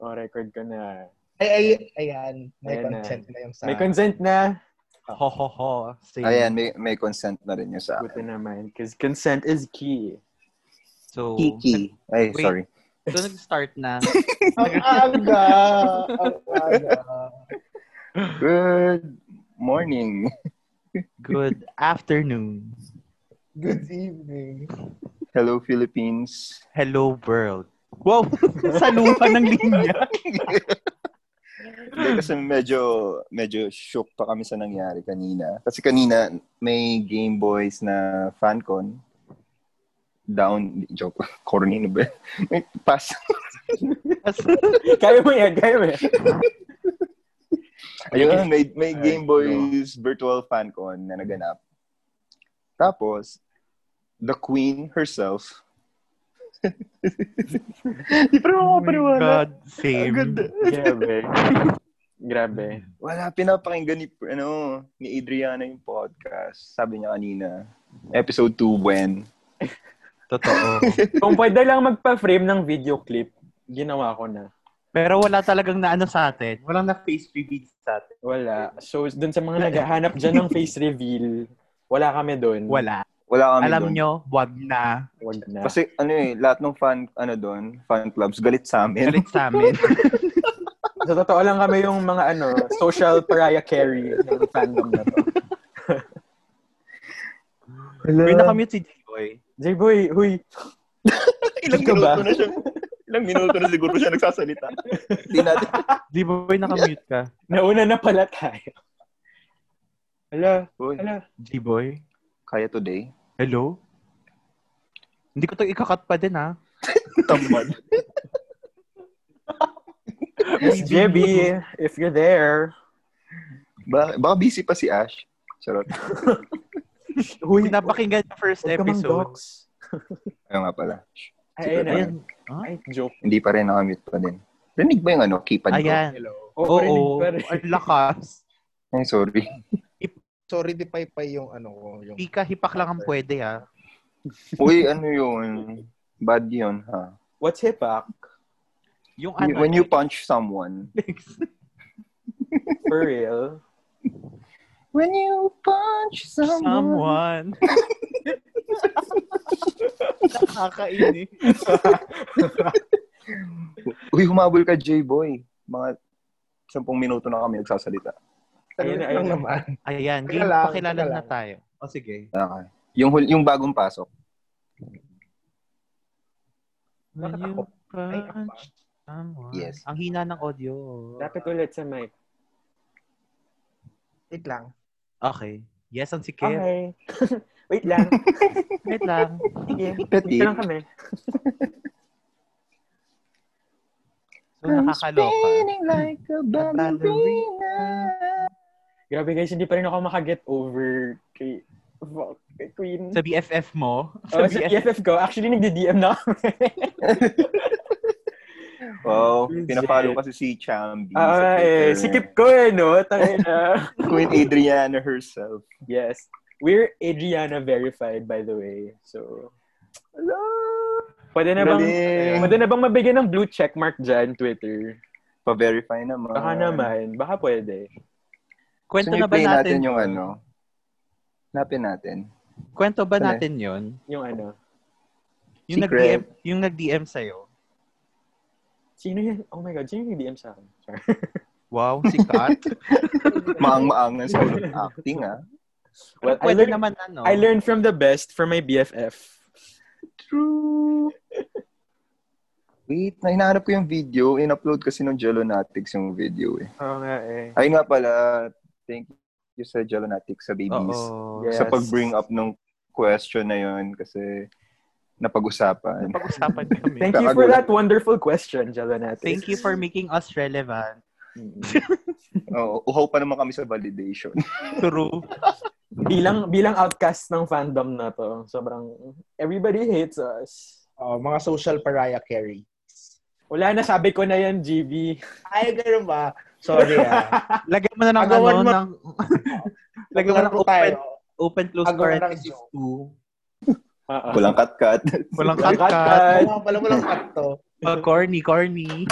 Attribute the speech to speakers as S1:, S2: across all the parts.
S1: O, Oh, record ko na.
S2: Ay, ay, ayan. May
S1: Ayan na.
S2: consent na yung sa...
S1: May consent na.
S3: Ho, ho, ho. Same.
S4: Ayan, may, may consent na rin yung sa
S1: Buti naman. Because consent is key.
S3: So,
S4: Kiki. Ay,
S3: Wait.
S4: sorry.
S3: so nag-start na.
S2: Ang aga! Ang aga.
S4: Good morning.
S3: Good afternoon.
S2: Good evening.
S4: Hello, Philippines.
S3: Hello, world. Wow! sa lupa ng linya.
S4: Hindi, kasi medyo, medyo shook pa kami sa nangyari kanina. Kasi kanina, may Game Boys na fancon. Down, joke. Corny na ba? May Pass.
S1: Kaya mo yan, kaya mo yan.
S4: Ayun, may, may
S1: Ay,
S4: Game Boys virtual fancon na naganap. Tapos, the queen herself. Di pa rin makapaniwala.
S3: God, same.
S4: Ang ganda.
S1: Grabe. Grabe.
S4: Wala, pinapakinggan ni, ano, ni Adriana yung podcast. Sabi niya kanina, episode 2, when?
S3: Totoo.
S1: Kung pwede lang magpa-frame ng video clip, ginawa ko na.
S3: Pero wala talagang naano sa atin. Walang na-face reveal sa atin.
S1: Wala. So, dun sa mga naghahanap dyan ng face reveal, wala kami dun.
S3: Wala.
S4: Wala kami
S3: Alam
S4: dun.
S3: nyo, wag na.
S1: Wag na.
S4: Kasi ano eh, lahat ng fan, ano doon, fan clubs, galit sa amin.
S3: Galit sa amin.
S1: Sa totoo lang kami yung mga ano, social pariah carry ng fandom na to.
S3: May nakamute si J-Boy.
S1: J-Boy, huy.
S4: ilang
S1: Ikaw ba?
S4: minuto na siya. Ilang minuto na siguro siya nagsasalita. Di natin.
S3: J-Boy, nakamute ka.
S1: Nauna na pala tayo. Hala,
S4: Uy,
S1: hala.
S3: J-Boy?
S4: kaya today?
S3: Hello? Hindi ko to ikakat pa din, ha?
S4: Tamad.
S1: Miss Jebby, if you're there.
S4: Ba baka busy pa si Ash. Charot.
S3: Huy, napakinggan yung first
S1: Huwag ka mang
S3: episode.
S1: dox.
S4: Ayun nga pala.
S1: Ay, ayun, ayun.
S3: Ayun.
S1: Ay, joke.
S4: Hindi pa rin nakamute pa din. Rinig ba yung ano, keypad ko?
S3: Ayan.
S2: Hello.
S1: Oo,
S3: Oo.
S1: oh,
S3: Ang lakas.
S4: Ay, sorry.
S2: Sorry, di pay pay yung ano ko. Yung...
S3: Pika, hipak lang ang pwede, ha?
S4: Uy, ano yun? Bad yun, ha?
S1: What's hipak?
S3: Yung ano.
S4: When you punch someone,
S1: For real?
S4: When you punch someone.
S3: Someone. Nakakainis.
S4: Uy, humabol ka, J-Boy. Mga 10 minuto na kami nagsasalita.
S2: Ayun,
S1: Ayun,
S2: lang
S1: ayun.
S2: naman.
S3: Ayan,
S2: Teka
S3: game,
S2: lang,
S3: pakilala
S2: teka
S3: na
S2: lang.
S3: tayo. O sige.
S4: Okay. Yung, hul- yung bagong pasok.
S3: When
S2: Bakit
S3: you
S2: ako? Ay, ako
S3: punch
S2: ba?
S3: someone.
S4: Yes.
S3: Ang hina ng audio.
S1: Lapit ulit sa mic.
S2: Wait lang.
S3: Okay. Yes, ang sikip.
S1: Okay. Ah, Wait lang.
S3: Wait lang.
S1: Sige.
S4: Petit.
S1: Dito lang kami.
S3: So, nakakaloka.
S4: like a
S1: Grabe guys, hindi pa rin ako makaget over kay, kay Queen.
S3: Sa BFF mo.
S1: Oh, sa BFF ko, actually nagdi-DM na kami.
S4: Wow,
S1: Legit.
S4: Oh, pinapalo kasi si Chambi.
S1: Ah,
S4: sa
S1: eh,
S4: Twitter.
S1: sikip ko eh, no? Tangin na.
S4: Queen Adriana herself.
S1: yes. We're Adriana verified, by the way. So,
S4: Hello!
S1: pwede na bang,
S4: Galing.
S1: pwede na bang mabigyan ng blue check mark dyan, Twitter?
S4: Pa-verify naman.
S1: Baka naman. Baka pwede.
S3: Kwento
S4: So,
S3: na ba
S4: i-play
S3: natin?
S4: yung ano? Napin natin.
S3: Kwento ba
S4: Ano?
S3: natin yon?
S1: Yung ano.
S3: Yung
S4: Secret.
S3: nag-DM, yung nag-DM sa'yo.
S1: Sino yun? Oh my God, sino yung DM sa akin? Sorry.
S3: Wow, sikat.
S4: Maang-maangan sa ulo ng acting, ah.
S1: Well, I
S3: Pwede
S1: learned,
S3: naman ano.
S1: I learned from the best from my BFF.
S4: True. Wait, nahanap ko yung video. In-upload kasi ng Jelonatics yung video eh.
S1: Oo nga eh.
S4: Ayun nga pala, thank you sa Jelonatics sa babies.
S3: Oo.
S1: Yes.
S4: Sa pag-bring up ng question na yun kasi napag-usapan.
S3: Pag-usapan kami.
S1: Thank you for that wonderful question, Jalonatis.
S3: Thank you for making us relevant.
S4: Oo, uhaw pa naman kami sa validation.
S3: True.
S1: bilang bilang outcast ng fandom na to, sobrang everybody hates us.
S2: Oh, mga social pariah carry.
S1: Wala na, sabi ko na yan, GB.
S2: Ay, ganun ba? Sorry ah.
S3: Lagyan mo na ng
S2: Agawan
S3: ano,
S2: mo-
S3: ng Lagyan
S2: Maglaro
S3: mo ng open,
S2: tayo.
S3: open close
S2: Agawan ng
S3: parenthesis
S2: joke.
S3: 2.
S1: Oo.
S4: Walang cut-cut.
S1: Uh-uh.
S3: Walang
S1: Walang
S3: cut-cut.
S1: cut-cut.
S2: Oo, pala walang cut to.
S3: Oh, corny, corny.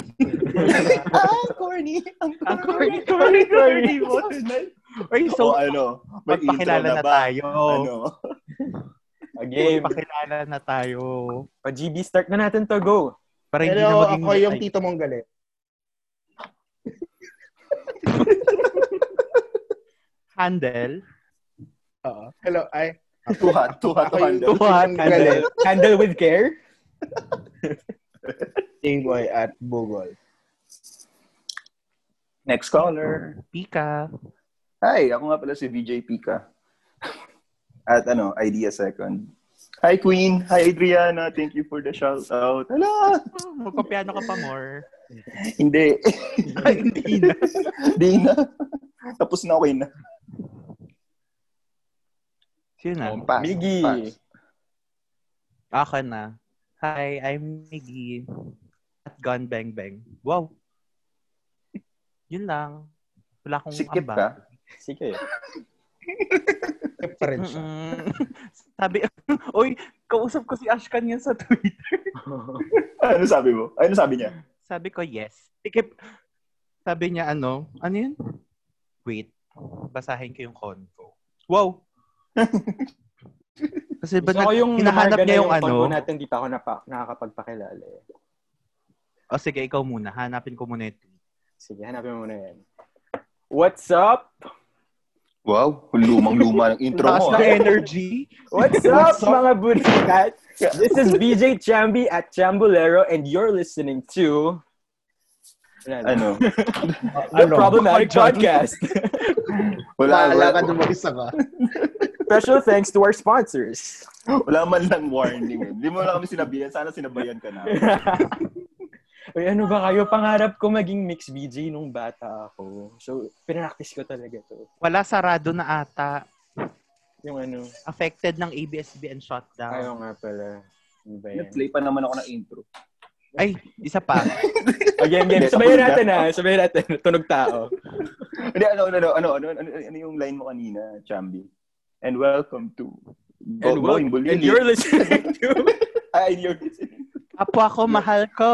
S4: ah, corny. Ang
S3: Ang corny, corny, corny. Ay, so,
S4: So, ano, may intro
S3: magpakilala
S4: na
S3: na,
S4: ba?
S3: tayo.
S4: Ano?
S1: A game.
S3: Magpakilala na tayo.
S1: Pa GB, start na natin to. Go.
S3: Para hindi na
S2: Pero
S3: maging...
S2: ako yung
S3: Ay,
S2: tito mong galit.
S3: Handle.
S2: Oo. Hello, ay.
S4: Too hot, too hot
S2: Ako
S4: to
S2: yung
S4: handle.
S2: tito mong galit.
S1: Handle. Handle with care.
S2: Tingboy at Bugol.
S4: Next caller.
S3: Pika.
S4: Hi, ako nga pala si VJ Pika. At ano, idea second. Hi, Queen. Hi, Adriana. Thank you for the shout out. Hala!
S3: Oh, Magpapiano ka pa more.
S4: Hindi.
S3: Ay, hindi na.
S4: Hindi na. Tapos na okay na.
S3: Sino na?
S4: Pass.
S1: Miggy.
S4: Pass.
S3: Ako na. Hi, I'm Miggy. At Gun Bang Bang. Wow. Yun lang. Wala akong
S4: Sikip
S3: amba.
S4: ka.
S1: Sige.
S2: Kaya pa rin siya.
S3: Mm-mm. Sabi, oy, kausap ko si Ashkan yan sa Twitter.
S4: Ano sabi mo? Ano sabi niya?
S3: Sabi ko, yes. Sikip. Sabi niya, ano? Ano yun? Wait. Basahin ko yung convo. Wow. Kasi ba
S1: Gusto ko yung lumarga
S3: hinahanap
S1: na
S3: niya yung, ano?
S1: convo natin, di pa ako napa, nakakapagpakilala. eh.
S3: O sige, ikaw muna. Hanapin ko muna yung tweet.
S1: Sige, hanapin mo muna yan. What's up?
S4: Wow, lumang-luma ng intro
S3: Taas
S4: mo.
S3: ng
S4: ah.
S3: energy.
S1: What's up,
S2: What's up?
S1: mga burikat? This is BJ Chambi at Chambolero and you're listening to... Wala na.
S4: Ano?
S2: Ano?
S1: The
S4: Oh
S1: Problematic Podcast.
S4: Wala,
S2: Paala ka
S4: wala,
S2: nung mag-isa ka.
S1: Special thanks to our sponsors.
S4: wala man lang warning. eh. Hindi mo lang kami sinabihan. Sana sinabayan ka na.
S1: Uy, ano ba kayo? Pangarap ko maging mix BJ nung bata ako. So, pinractice ko talaga to.
S3: Wala sarado na ata.
S1: Yung ano,
S3: Affected ng ABS-CBN shutdown.
S1: ayaw nga pala. Ano ba yan?
S4: Nag-play pa naman ako ng intro.
S3: Ay, isa pa.
S1: Again, again. Sabayan natin ha. Sabayan natin. Tunog tao.
S4: Hindi, ano, ano, ano, ano, ano, ano, ano yung line mo kanina, Chambi? And welcome to Go,
S1: And, well,
S4: Going
S1: and
S4: Bulili.
S1: you're listening to...
S4: Ah, and you're listening.
S3: Apo ako, mahal ko.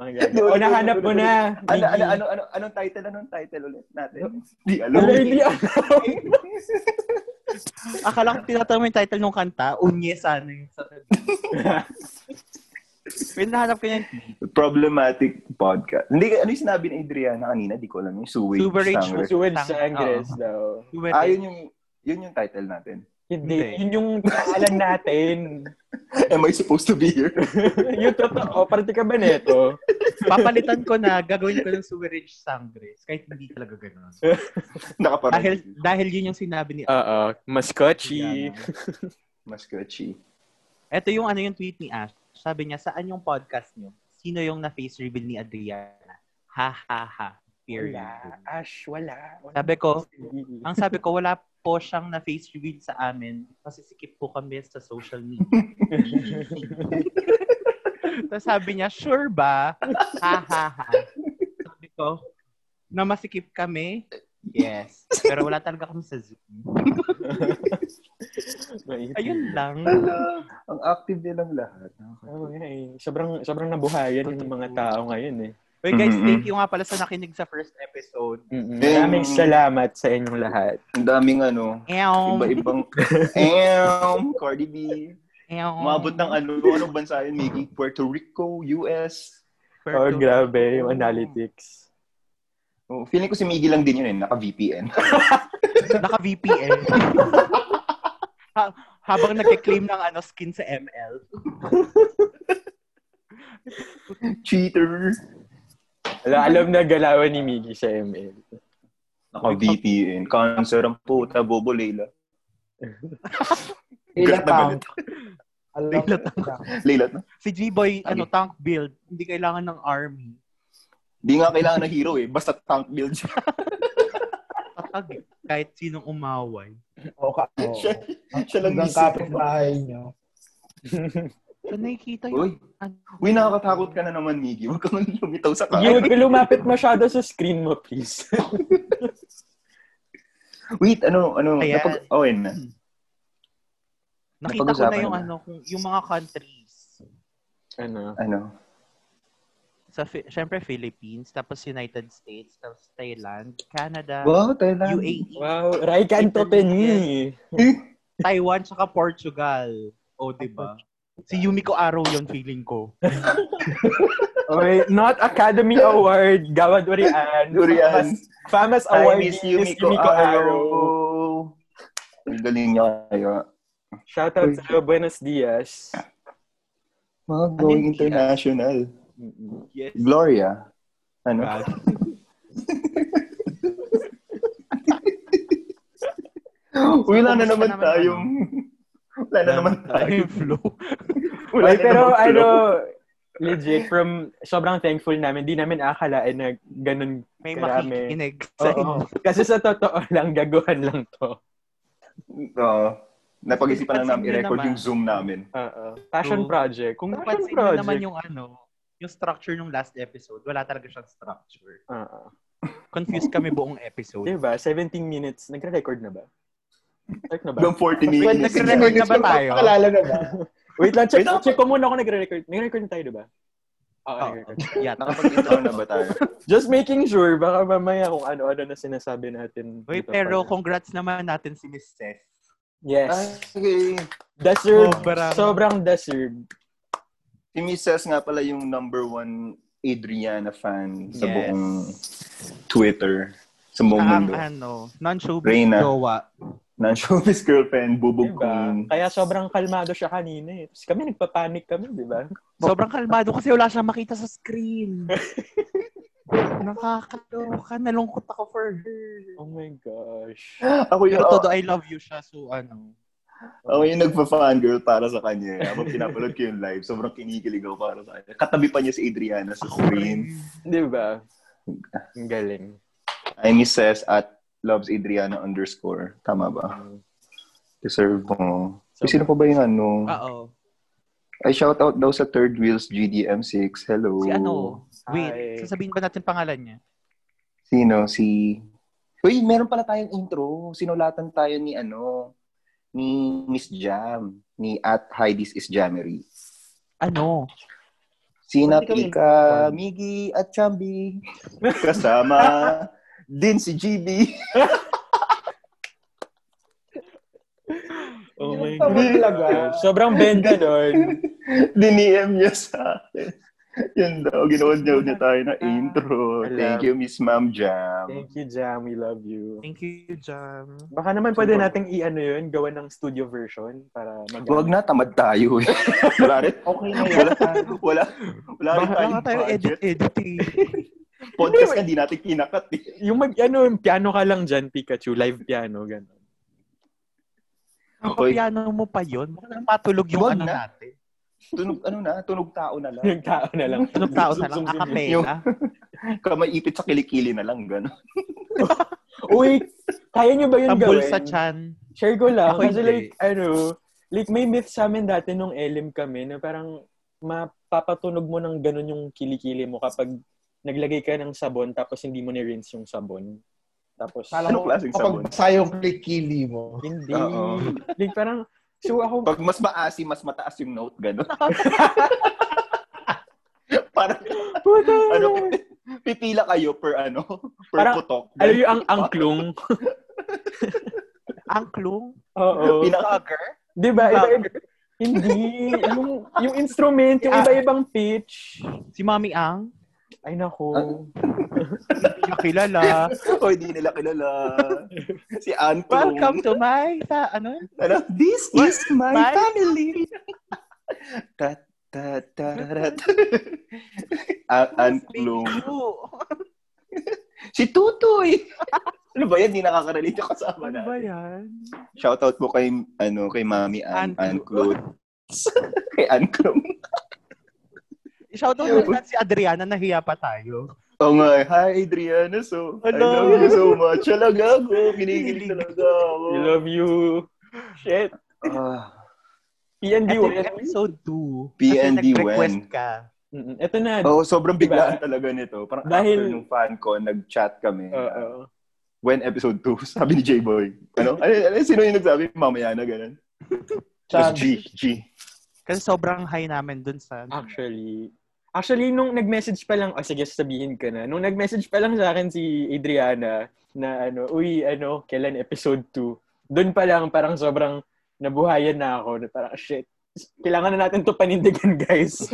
S1: Mga ganyan. O, nahanap mo na.
S4: Ano, ano,
S1: Biggie.
S4: ano, ano, anong title, anong title ulit natin? Hindi alam.
S1: Wala, hindi alam.
S3: Akala ko tinatanong mo yung title ng kanta. Unye sana yung sasabihin. Pinahanap ko yung
S4: Problematic podcast. Hindi, ano yung sinabi ni Adriana kanina? Di ko alam. Yung Suwage
S3: Super Rich
S4: Sangre.
S1: Si Wedge
S3: Tang-
S1: Sangres
S3: oo.
S1: daw.
S3: duet.
S4: Ah, yun yung, yun yung title natin.
S1: Hindi.
S3: Hindi.
S1: Yun yung alam natin.
S4: Am I supposed to be here?
S1: yung totoo. Parte ka ba neto?
S3: Papalitan ko na, gagawin ko ng Sewerage Sangres. Kahit hindi talaga ganun.
S4: Nakaparang.
S3: Dahil, dahil yun yung sinabi ni
S1: Oo. Mascotchy.
S3: Adriana.
S4: Mas catchy.
S3: Ito yung ano yung tweet ni Ash. Sabi niya, saan yung podcast niyo? Sino yung na-face reveal ni Adriana? Ha, ha, ha. Period.
S1: Wala. Ash, wala. wala.
S3: Sabi ko, ang sabi ko, wala po siyang na-face reveal sa amin kasi sikip po kami sa social media. Tapos sabi niya, sure ba? Ha, ha, ha. Sabi ko, na masikip kami? Yes. Pero wala talaga kami sa Zoom.
S1: ano.
S3: Ayun lang.
S4: Hala, ang active nilang lahat.
S1: Oo nga eh. Sobrang, sobrang nabuhayan yung mga tao ngayon eh.
S3: Uy guys,
S4: Mm-mm.
S3: thank you nga pala sa nakinig sa first episode.
S1: Mm-mm.
S4: Eh,
S1: Maraming
S4: mm.
S1: salamat sa inyong lahat.
S4: Ang daming ano,
S1: Um.
S3: Ew.
S4: iba-ibang... Ehm, Cardi B.
S3: Ew.
S4: Umabot ng ano, anong bansa yun, Miggy? Puerto Rico, US.
S1: Oh, grabe. Yung analytics.
S4: Oh, feeling ko si Miggy lang din yun eh, naka-VPN.
S3: Naka-VPN. ha- habang nagka-claim ng ano, skin sa ML.
S4: Cheater.
S1: Ala, alam na galawan ni Miggy sa ML.
S4: Naka-VPN. Cancer ang puta, Bobo Leila.
S2: Ila
S4: Galit na
S2: pa.
S4: galit.
S2: Alam
S3: Ila
S2: ko.
S4: Leila na.
S3: Si G-Boy, ano, tank build. Hindi kailangan ng army.
S4: Di nga kailangan ng hero eh, basta tank build siya.
S3: Tatag eh. Kahit sinong umaway.
S2: Oo ka. oo.
S4: Siya, siya lang
S2: Hanggang
S4: isip.
S2: kapitbahay niyo.
S3: So, nakikita yun.
S4: Uy, uy, nakakatakot ka na naman, Miggy. Huwag kang lumitaw sa
S1: You
S4: kanya.
S1: lumapit masyado sa screen mo, please.
S4: Wait, ano, ano,
S3: Ayan.
S4: napag... Oh, yun na.
S3: Nakita ko na
S4: Napag-usapan
S3: yung
S4: na.
S3: ano, kung- yung mga countries.
S1: Ano?
S4: Ano?
S3: Sa, Fi- syempre, Philippines, tapos United States, tapos Thailand, Canada, E,
S4: Wow, Thailand.
S3: UAE,
S1: Wow, Raikan to Penny.
S3: Taiwan, tsaka Portugal. O, oh, di ba? Si Yumiko Araw yung feeling ko.
S1: Okay, not Academy Award, Gawa Durian.
S4: Durian. Oh,
S1: Famous, famous
S4: I
S1: award
S4: miss
S1: is
S4: you,
S1: Yumiko
S4: Miko
S1: Aro.
S4: Aro. Ang galing niya kayo.
S1: Shoutout sa Buenos Dias.
S4: Mga going
S3: Ano yun?
S4: international.
S3: Yes.
S4: Gloria. Ano? Uy, wala
S3: Kumusta
S4: na naman
S3: naman
S4: tayong... Wala na ano naman tayo.
S3: Tayo flow.
S1: Uy,
S4: na
S1: pero
S4: naman
S1: ano, legit, from sobrang thankful namin, di namin akalain na ganun.
S3: May
S1: Grabe.
S3: makikinig sa
S4: Ano
S1: Oo. Kasi sa totoo lang, gaguhan lang to.
S4: Oo. Napag-isipan lang
S3: Pansin
S4: namin
S3: nyo
S4: i-record
S3: naman.
S4: yung Zoom namin.
S1: Oo. Passion
S3: True.
S1: project.
S3: Kung
S1: passion
S3: napansin nyo naman yung ano, yung structure ng last episode, wala talaga siyang structure.
S1: Oo.
S3: Confused kami buong episode.
S1: Diba? 17 minutes. Nagre-record na ba? Record na ba?
S4: Hanggang 40
S3: Wait,
S4: minutes.
S3: nagre-record na ba tayo?
S2: Pakalala na ba?
S1: Wait lang, check,
S4: Wait lang.
S1: check ko muna ako nagre-record. Nagre-record na tayo, diba? Oo,
S3: Oo.
S1: nagre-record.
S3: Yata.
S4: Nakapag-intro na ba tayo?
S1: Just making sure, baka mamaya kung ano-ano na sinasabi natin.
S3: Uy,
S1: dito
S3: pero
S1: pa.
S3: congrats naman natin si Miss Seth.
S1: Yes.
S4: Okay.
S1: Deserved.
S3: Sobrang-
S1: Ah, Sobrang deserved.
S4: Si Mrs. nga pala yung number one Adriana fan
S3: Yes.
S4: sa buong Twitter. Sa buong
S3: Ang
S4: mundo.
S3: ano, non-showbiz
S4: Reyna.
S3: jowa.
S4: Non-showbiz girlfriend, bubog
S1: Diba?
S4: queen.
S1: Kaya sobrang kalmado siya kanina eh. Tapos kami nagpapanik kami, di ba?
S3: Sobrang kalmado kasi wala siyang makita sa screen. Nakakaloka. Nalungkot ako for her.
S1: Oh my gosh.
S4: Ako yung,
S3: Pero todo, I love you siya. So, ano.
S4: ako yung nagpa-fangirl para sa kanya. eh. Habang pinapalad ko yung live, sobrang kinikilig ako para sa kanya. Katabi pa niya si Adriana sa
S3: Ako
S4: screen.
S3: rin.
S1: Di ba? Ang galing.
S4: I Mrs. at loves Adriana underscore. Tama ba? Deserve mo. So, sino pa ba yung ano?
S3: Oo.
S4: Ay, shoutout daw sa Third Wheels GDM6. Hello.
S3: Si ano.
S1: Hi.
S3: Wait, sasabihin ba natin pangalan niya?
S4: Sino? Si... Uy, meron pala tayong intro. Sinulatan tayo ni ano, ni Miss Jam, ni at Heidi's is Jamery.
S3: Ano?
S4: Sinap
S2: Hindi kami
S4: Ika, Miggy at Chambi. Kasama din si GB.
S1: Oh my
S2: Tama
S1: gosh.
S2: talaga.
S1: Sobrang benta nun.
S4: Diniem niya sa akin. Yun daw, ginawan daw niya tayo na intro.
S1: Alam.
S4: Thank you, Miss Ma'am Jam.
S1: Thank you, Jam. We love you.
S3: Thank you, Jam.
S1: Baka naman pwede
S4: Super.
S1: nating i-ano yun, gawa ng studio version para mag-
S4: Huwag na, tamad tayo eh. wala rin.
S2: Okay na
S4: Wala,
S2: yan.
S4: wala, wala rin
S3: Baka
S4: tayong
S3: nga tayo
S4: budget.
S3: edit-edit eh.
S4: Podcast ka, hindi natin kinakat eh.
S1: Yung mag, ano, yung piano ka lang dyan, Pikachu. Live piano, gano'n.
S4: Hoy.
S3: Kapiano mo pa yun? Baka naman matulog yung
S4: Wag
S3: ano
S4: na.
S3: natin.
S4: Tunog, ano na, tunog tao na lang.
S1: Yung tao na lang.
S3: Tulog tao na lang.
S1: Zoom, zoom, zoom, zoom.
S3: Acapella.
S4: Kamay ipit sa kilikili na lang, gano'n.
S1: Uy, kaya nyo ba yun
S3: Tambol
S1: gawin?
S3: sa chan.
S1: Share ko lang.
S3: Ako
S1: kasi
S3: hindi.
S1: like, ano, like may myth sa amin dati nung LM kami na parang mapapatunog mo ng ganun yung kilikili mo kapag naglagay ka ng sabon tapos hindi mo ni-rinse yung sabon. Tapos,
S2: Kala
S4: Anong
S2: mo,
S4: klaseng
S2: kapag
S4: sabon?
S2: basa yung klikili mo.
S1: hindi.
S4: Oo.
S1: Like parang, so ako,
S4: Pag mas maasi, mas mataas yung note, gano'n. Parang,
S1: puta,
S4: ano,
S1: ano,
S4: pipila kayo per ano, per
S1: Parang,
S4: putok.
S1: Alam yung ang angklong.
S3: Angklong.
S1: Oo.
S3: Vlogger.
S1: Di ba? Iba, hindi. Yung, yung instrument, yung iba-ibang pitch.
S3: Si Mami Ang.
S1: Ay, naku.
S3: Hindi niya kilala.
S4: o, Oh, hindi nila kilala. Si Anto.
S3: Welcome to my, sa, ano?
S4: Ano? This is my,
S3: my-
S4: family. ta ta ta ra ta. Ah, A- Angklong. Si Tutoy! ano ba yan? Hindi nakaka-relate yung
S3: Ano
S4: kasama na.
S3: ba yan?
S4: Shoutout po kay, ano, kay Mami
S3: Ann
S4: Ann. Ann Cloth. kay Ann Cloth.
S3: Shoutout na natin si Adriana, nahiya pa tayo.
S4: Oo nga. eh. Hi, Adriana. So, I
S3: Hello.
S4: love you so much. Talaga ako. Kinikilig talaga ako.
S1: We love you. Shit.
S4: Ah,
S1: PND
S3: Ito
S1: wala.
S3: yung episode 2.
S4: PND
S3: Kasi nag-request
S4: when?
S3: ka.
S1: Mm, Ito na.
S4: Oo, sobrang biglaan talaga nito. Parang
S1: Diba? Dahil-
S4: after nung fan ko, nag-chat kami. uh,
S1: Oo.
S4: when episode 2, sabi ni J-Boy. Ano? Ano, ano sino yung nagsabi? Mamaya na, ganun. Tapos
S2: Chad.
S4: G, G.
S3: Kasi sobrang high namin dun sa...
S1: Actually, actually, nung nag-message pa lang, oh, sige, sabihin ka na. Nung nag-message pa lang sa akin si Adriana na ano, uy, ano, kailan episode 2? Doon pa lang, parang sobrang nabuhayan na ako. Na parang, shit, kailangan na natin to panindigan, guys.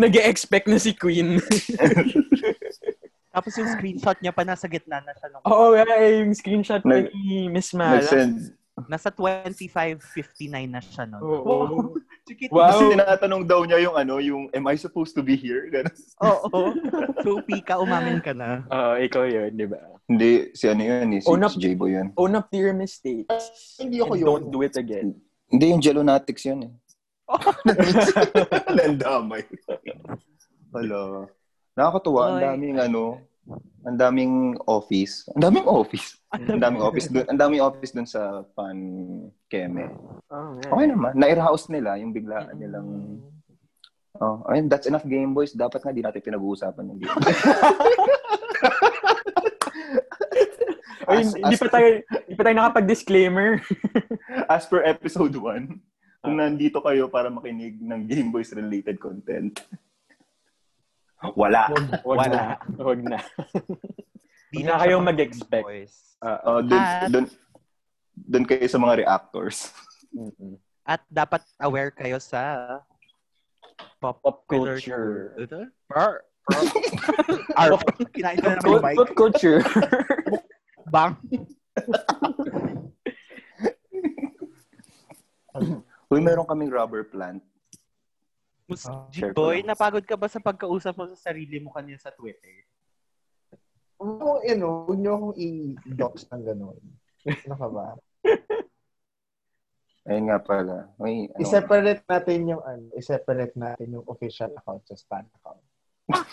S1: nag expect na si Queen.
S3: Tapos yung screenshot niya pa nasa gitna na siya. Nung,
S1: Oo, nga, eh, yung screenshot ko
S4: Nag-
S1: ni Miss Mala.
S4: Nag-send.
S3: Nasa 25.59 na siya nun.
S1: Oo.
S3: Chikit.
S1: Wow.
S4: Kasi tinatanong daw niya yung ano, yung am I supposed to be here? Ganun.
S3: Oo. So, pika, umamin ka na.
S1: Oo, ikaw yun, di ba?
S4: Hindi, si ano yun, eh, si,
S1: Una-
S4: si J-Boy yun.
S1: Own up to your mistakes.
S2: Ah, Hindi ako
S1: and
S2: yun.
S1: Don't do it again.
S4: Hindi, yung Gelonatics yun eh. Nandamay. Hello. Nakakatuwa. Ang
S3: Oy.
S4: daming ano, ang daming office. Ang daming office. Ang daming office dun, ang daming office dun sa Pan Keme.
S1: Oh, man.
S4: Okay naman. Nairhouse nila yung biglaan nilang Oh, ayun, that's enough Game Boys. Dapat nga di natin pinag-uusapan ng Game Boys.
S1: Ay,
S4: As-
S1: hindi
S4: as-
S1: pa tayo, hindi pa tayo nakapag-disclaimer.
S4: As per episode 1, kung
S1: Ah.
S4: nandito kayo para makinig ng Game Boys related content, wala.
S1: Wag
S3: Wala.
S1: na. Wag na. Hindi na kayong mag-expect.
S3: Boys.
S4: Oh, dun,
S1: Ah.
S3: At-
S4: dun, dun kayo sa mga reactors.
S1: Mm-mm.
S3: At dapat aware kayo sa pop,
S1: Pop
S3: culture.
S1: culture.
S3: Arr. Arr. Kinain na naman yung
S1: Pop,
S3: mic.
S1: pop culture.
S3: Bang.
S4: Uy, meron kaming rubber plant.
S3: Mus-
S2: Ah,
S4: sure
S3: Boy,
S4: po.
S3: napagod ka ba sa pagkausap mo sa sarili mo kanina sa Twitter?
S2: Huwag mo, ano, huwag niyo akong i-dox ng gano'n. Ano ka ba?
S4: Ayun nga pala. Uy, ano,
S2: I-separate natin yung, ano, i-separate natin yung official account sa stan account.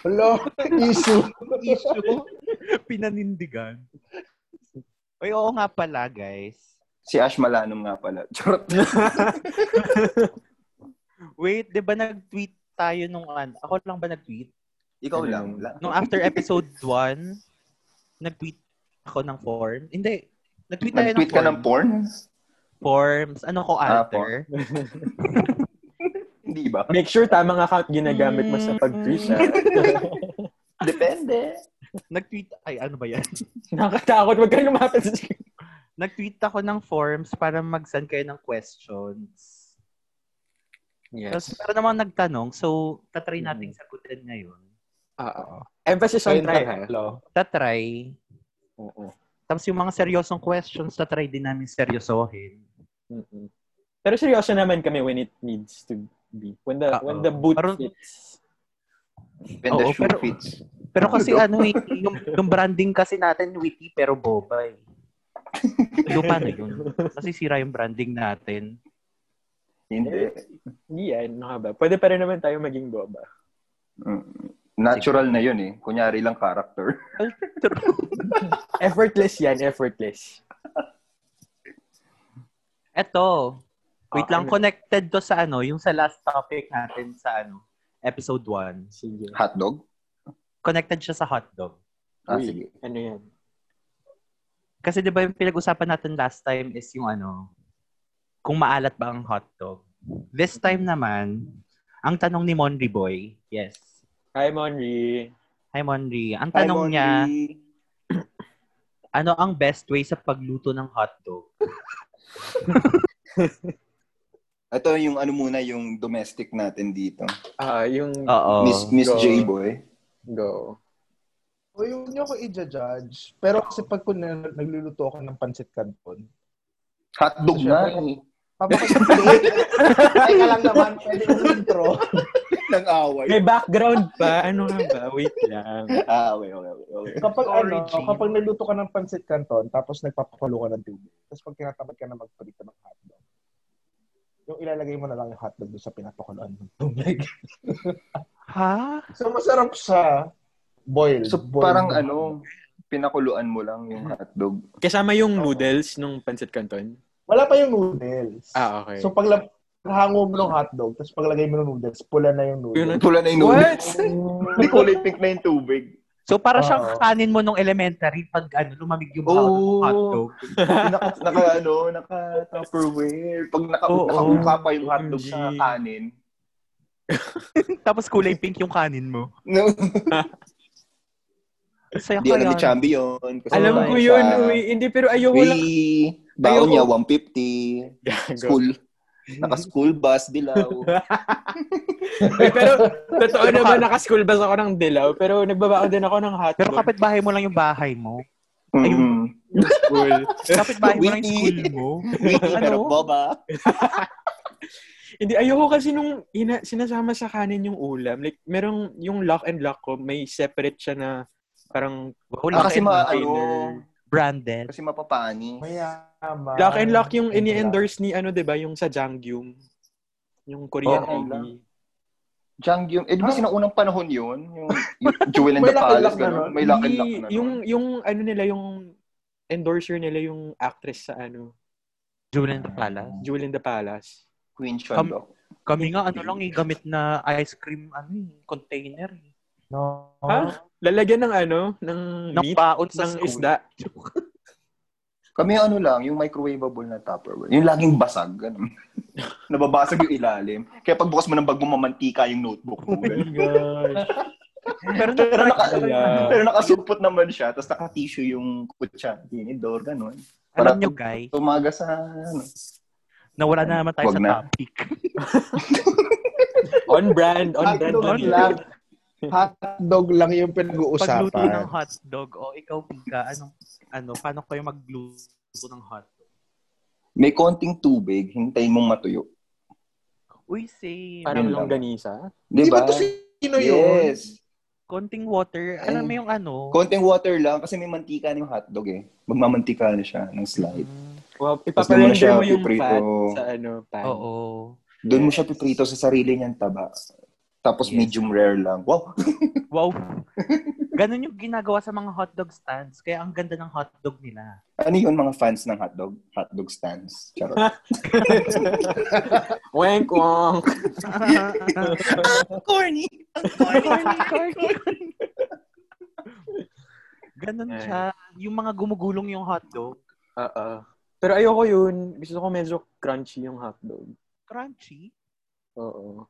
S2: Hello, issue.
S3: Issue? Pinanindigan? Uy, oo nga pala, guys.
S4: si Ash Malanong nga pala. Charot.
S3: Wait, di ba nag-tweet tayo nung ano? Ako lang ba nag-tweet?
S4: Ikaw
S1: Ano
S4: lang.
S1: yun?
S4: lang.
S3: Nung after episode 1, nag-tweet ako ng form. Hindi. Nag-tweet tayo
S4: Nag-tweet
S3: ng
S4: ka
S3: form.
S4: ng porn?
S3: Forms. Ano ko,
S4: Ah,
S3: alter?
S4: Hindi
S3: Ano?
S4: ba?
S1: Make sure tamang account ginagamit mo sa
S2: Mm.
S1: pag-tweet. ah.
S4: Depende.
S3: nag-tweet, ay ano ba yan?
S1: Nakakatakot. Wag kang lumapit sa screen.
S3: nag-tweet ako ng forms para mag-send kayo ng questions. Tapos meron namang nagtanong, so tatry
S1: Mm-hmm.
S3: nating sagutin ngayon.
S1: Ah, ah. Emphasis on try, ha?
S2: Hello.
S3: Tatry.
S1: Oo.
S3: Tapos yung mga seryosong questions, tatry din namin seryosohin.
S1: Mm-mm. Pero seryoso naman kami when it needs to be. When the
S3: Ah,
S1: when
S3: oh.
S1: the boot
S3: Parang-
S1: fits.
S4: When the
S3: Oo,
S4: shoe
S3: pero-
S4: fits.
S3: Pero kasi ano eh, yung, yung branding kasi natin witty pero boba eh. So paano yun? Kasi sira yung branding natin.
S4: Hindi.
S1: Hindi yan. Ano ka ba? Pwede pa rin naman tayo maging boba.
S4: Mm. Natural na yun eh. Kunyari lang character.
S1: Effortless yan. Effortless.
S3: Eto. Wait
S1: Ah,
S3: lang,
S1: ano?
S3: connected to sa ano, yung sa last topic natin sa ano, episode 1.
S1: Sige.
S4: Hotdog?
S3: Connected siya sa hotdog.
S4: Ah,
S1: Uy,
S4: sige.
S1: Ano yan?
S3: Kasi 'di ba yung pinag-usapan natin last time is yung ano, kung maalat ba ang hotdog. This time naman, ang tanong ni Monry Boy, yes.
S1: Hi, Monri.
S3: Hi Monry, ang tanong niya, ano ang best way sa pagluto ng hotdog?
S4: Ito yung ano muna yung domestic natin dito.
S1: Ah, yung
S3: Oo.
S4: Miss, Miss
S1: Go.
S4: J-Boy.
S1: go.
S2: Huwag niyo akong i-judge. Pero kasi pag kung na- nagluluto ako ng pancit canton,
S4: Hotdog na eh.
S2: papakasipiliin. Teka lang naman, pwede yung intro.
S4: Nang away.
S1: May background pa. Ano nga ba? Wait lang.
S4: Ah, okay, okay, okay, okay.
S2: Kapag
S3: Origin.
S2: ano, kapag naluto ka ng pancit canton, tapos nagpapakulo ka ng tubig. Tapos pag tinatamad ka na magprito ng hotdog, yung ilalagay mo na lang yung hotdog doon sa pinapakuluan ng tubig.
S3: Ha?
S2: so masarap siya. Boil.
S4: So,
S2: Boil
S4: parang
S2: na-
S4: ano, pinakuluan mo lang yung hotdog.
S1: Kasama yung noodles nung pancit canton?
S2: Wala pa yung noodles.
S1: Ah, okay.
S2: So pag lab- hango mo ng hotdog, tapos paglagay mo ng noodles, pula na yung
S1: Yun
S2: noodles.
S4: Pula na yung
S1: What?
S4: noodles. Hindi kulay pink na yung tubig.
S3: So, para siyang
S2: Oo.
S3: kanin mo nung elementary pag ano, lumamig yung hot-
S4: Oo.
S3: hotdog.
S4: naka, naka, ano, naka Tupperware. Pag naka,
S3: Oo.
S4: nakabuka pa yung hotdog sa
S1: OMG.
S4: kanin.
S3: Tapos kulay pink yung kanin mo.
S4: No,
S3: Ang Saya
S4: di alam ni
S3: kaya.
S4: Chambi yun. Kasi
S1: Alam
S4: kumain
S1: ko yun,
S4: siya.
S1: uy. Hindi, pero ayoko
S4: Uy,
S1: lang.
S4: baon
S1: Ayoko.
S4: niya, 150.
S1: Gago.
S4: School. Naka-school bus, dilaw.
S1: Uy, pero, totoo
S3: Pero
S1: naman,
S3: ka-
S1: naka-school bus ako ng dilaw, pero nagbabao din ako ng hotdog.
S3: Pero kapitbahay mo lang yung bahay mo.
S4: Mm.
S1: school.
S3: Kapitbahay mo lang yung
S4: Witty.
S3: school mo.
S4: Witty pero
S3: Ano?
S4: boba.
S1: Hindi, ayoko kasi nung ina, sinasama sa kanin yung ulam. Like, merong yung lock and lock ko, may separate siya na parang
S3: Wow,
S4: Ah,
S3: lock
S4: kasi
S3: and
S4: ma,
S3: lock.
S1: Lock and
S4: ano,
S1: lock.
S3: Branded.
S4: kasi mapapani.
S2: Mayaman.
S1: lock and lock
S4: Ah,
S1: yung
S2: Lock and
S1: ini-endorse ni ano, 'di ba, yung sa Jangyum. Yung Korean
S4: Lock and
S1: ID.
S4: lock. Jangyum. Eh, di ba
S2: Ah.
S4: sinaunang panahon yun? Yung, yung Jewel and
S2: May
S4: the
S2: lock and
S4: Palace,
S2: lock na
S4: gano'n.
S2: nun?
S4: May lock
S1: Hindi,
S4: and lock na nun.
S1: Yung yung ano nila yung endorser nila yung actress sa ano,
S3: Jewel and the Palace.
S1: Jewel in the Palace.
S4: Queen
S3: Kam-
S4: Shandok.
S3: Kami nga, ano lang eh, gamit na ice cream, ano eh, container eh.
S2: No.
S1: Ha? Lalagyan ng ano, Ah. ng
S3: Nang
S1: meat,
S3: baon sa
S1: ng
S3: school.
S1: isda.
S4: Kami ano lang, yung microwavable na Tupperware. Yung laging basag, ganun. Nababasag yung ilalim. Kaya pagbukas mo ng bag mo, mamantika yung notebook mo. ganun.
S1: gosh.
S3: Pero
S4: pero, naka,
S1: Yeah.
S4: pero nakasupot naman siya, tapos naka-tissue yung kutsa. Dinidor, ganun.
S3: alam
S4: Para-
S3: nyo guys,
S4: Tumaga sa, ano,
S3: nawala na naman tayo
S4: Wag
S3: sa
S4: na.
S3: topic.
S1: on brand, on brand.
S2: Hotdog
S1: on
S2: lang. Hotdog lang yung
S3: Pagluto
S2: pinag-uusapan.
S3: ng hotdog, o ikaw Pika, anong, ano, paano kayo magluto ng hotdog?
S4: may konting tubig, hintayin mong matuyo.
S3: Uy, same.
S1: Parang
S4: Yun lang.
S1: longganisa.
S4: Di
S1: Diba?
S4: ba?
S2: to sino yun?
S4: Yes.
S3: Konting water, alam mo yung ano?
S4: Konting water lang kasi may mantika na yung hotdog eh. Magmamantika na siya ng slide.
S3: Mm,
S1: Well,
S4: Tapos naman
S1: ipaparender
S4: siya
S1: mo yung
S4: piprito.
S1: fat sa ano, pan.
S3: Oo.
S4: Doon mo siya piprito sa sarili niyang taba. Tapos
S3: Yes.
S4: medium rare lang. Wow!
S3: Wow. Ganun yung ginagawa sa mga hotdog stands. Kaya ang ganda ng hotdog nila.
S4: Ano yun mga fans ng hotdog? Hotdog stands. Charot.
S1: Wank, wank.
S3: corny. corny, corny, corny. Ganun
S1: Ay.
S3: siya. Yung mga gumugulong yung hotdog,
S1: Oo. Pero ayoko yun. Gusto ko medyo crunchy yung hotdog.
S3: crunchy.
S1: Oo.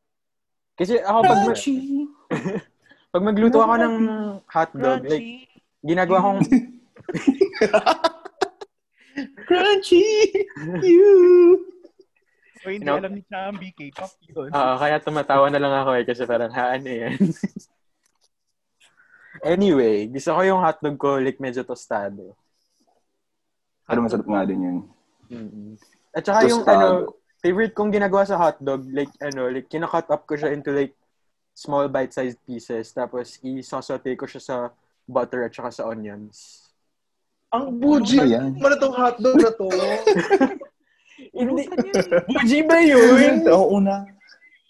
S1: Kasi ako pag, mag- pag magluto ako ng hotdog, like,
S3: Crunchy.
S1: ginagawa kong,
S4: Crunchy! You!
S3: O hindi
S1: You know?
S3: alam ni Chambi, K-pop yun.
S1: oo, kaya tumatawa na lang ako eh, kasi parang, ha, ano yan? anyway, gusto ko yung hotdog ko, like, medyo tostado.
S4: Pero masarap Ano nga din yun.
S1: mm At saka yung,
S4: Tostado.
S1: ano, favorite kong ginagawa sa hotdog, like, ano, like, kinakat up ko siya into, like, small bite-sized pieces, tapos isasote ko siya sa butter at saka sa onions.
S2: Ang buji.
S4: Ano yan?
S2: Ano itong hotdog na to?
S1: Hindi. Buji ba yun?
S4: Oo na.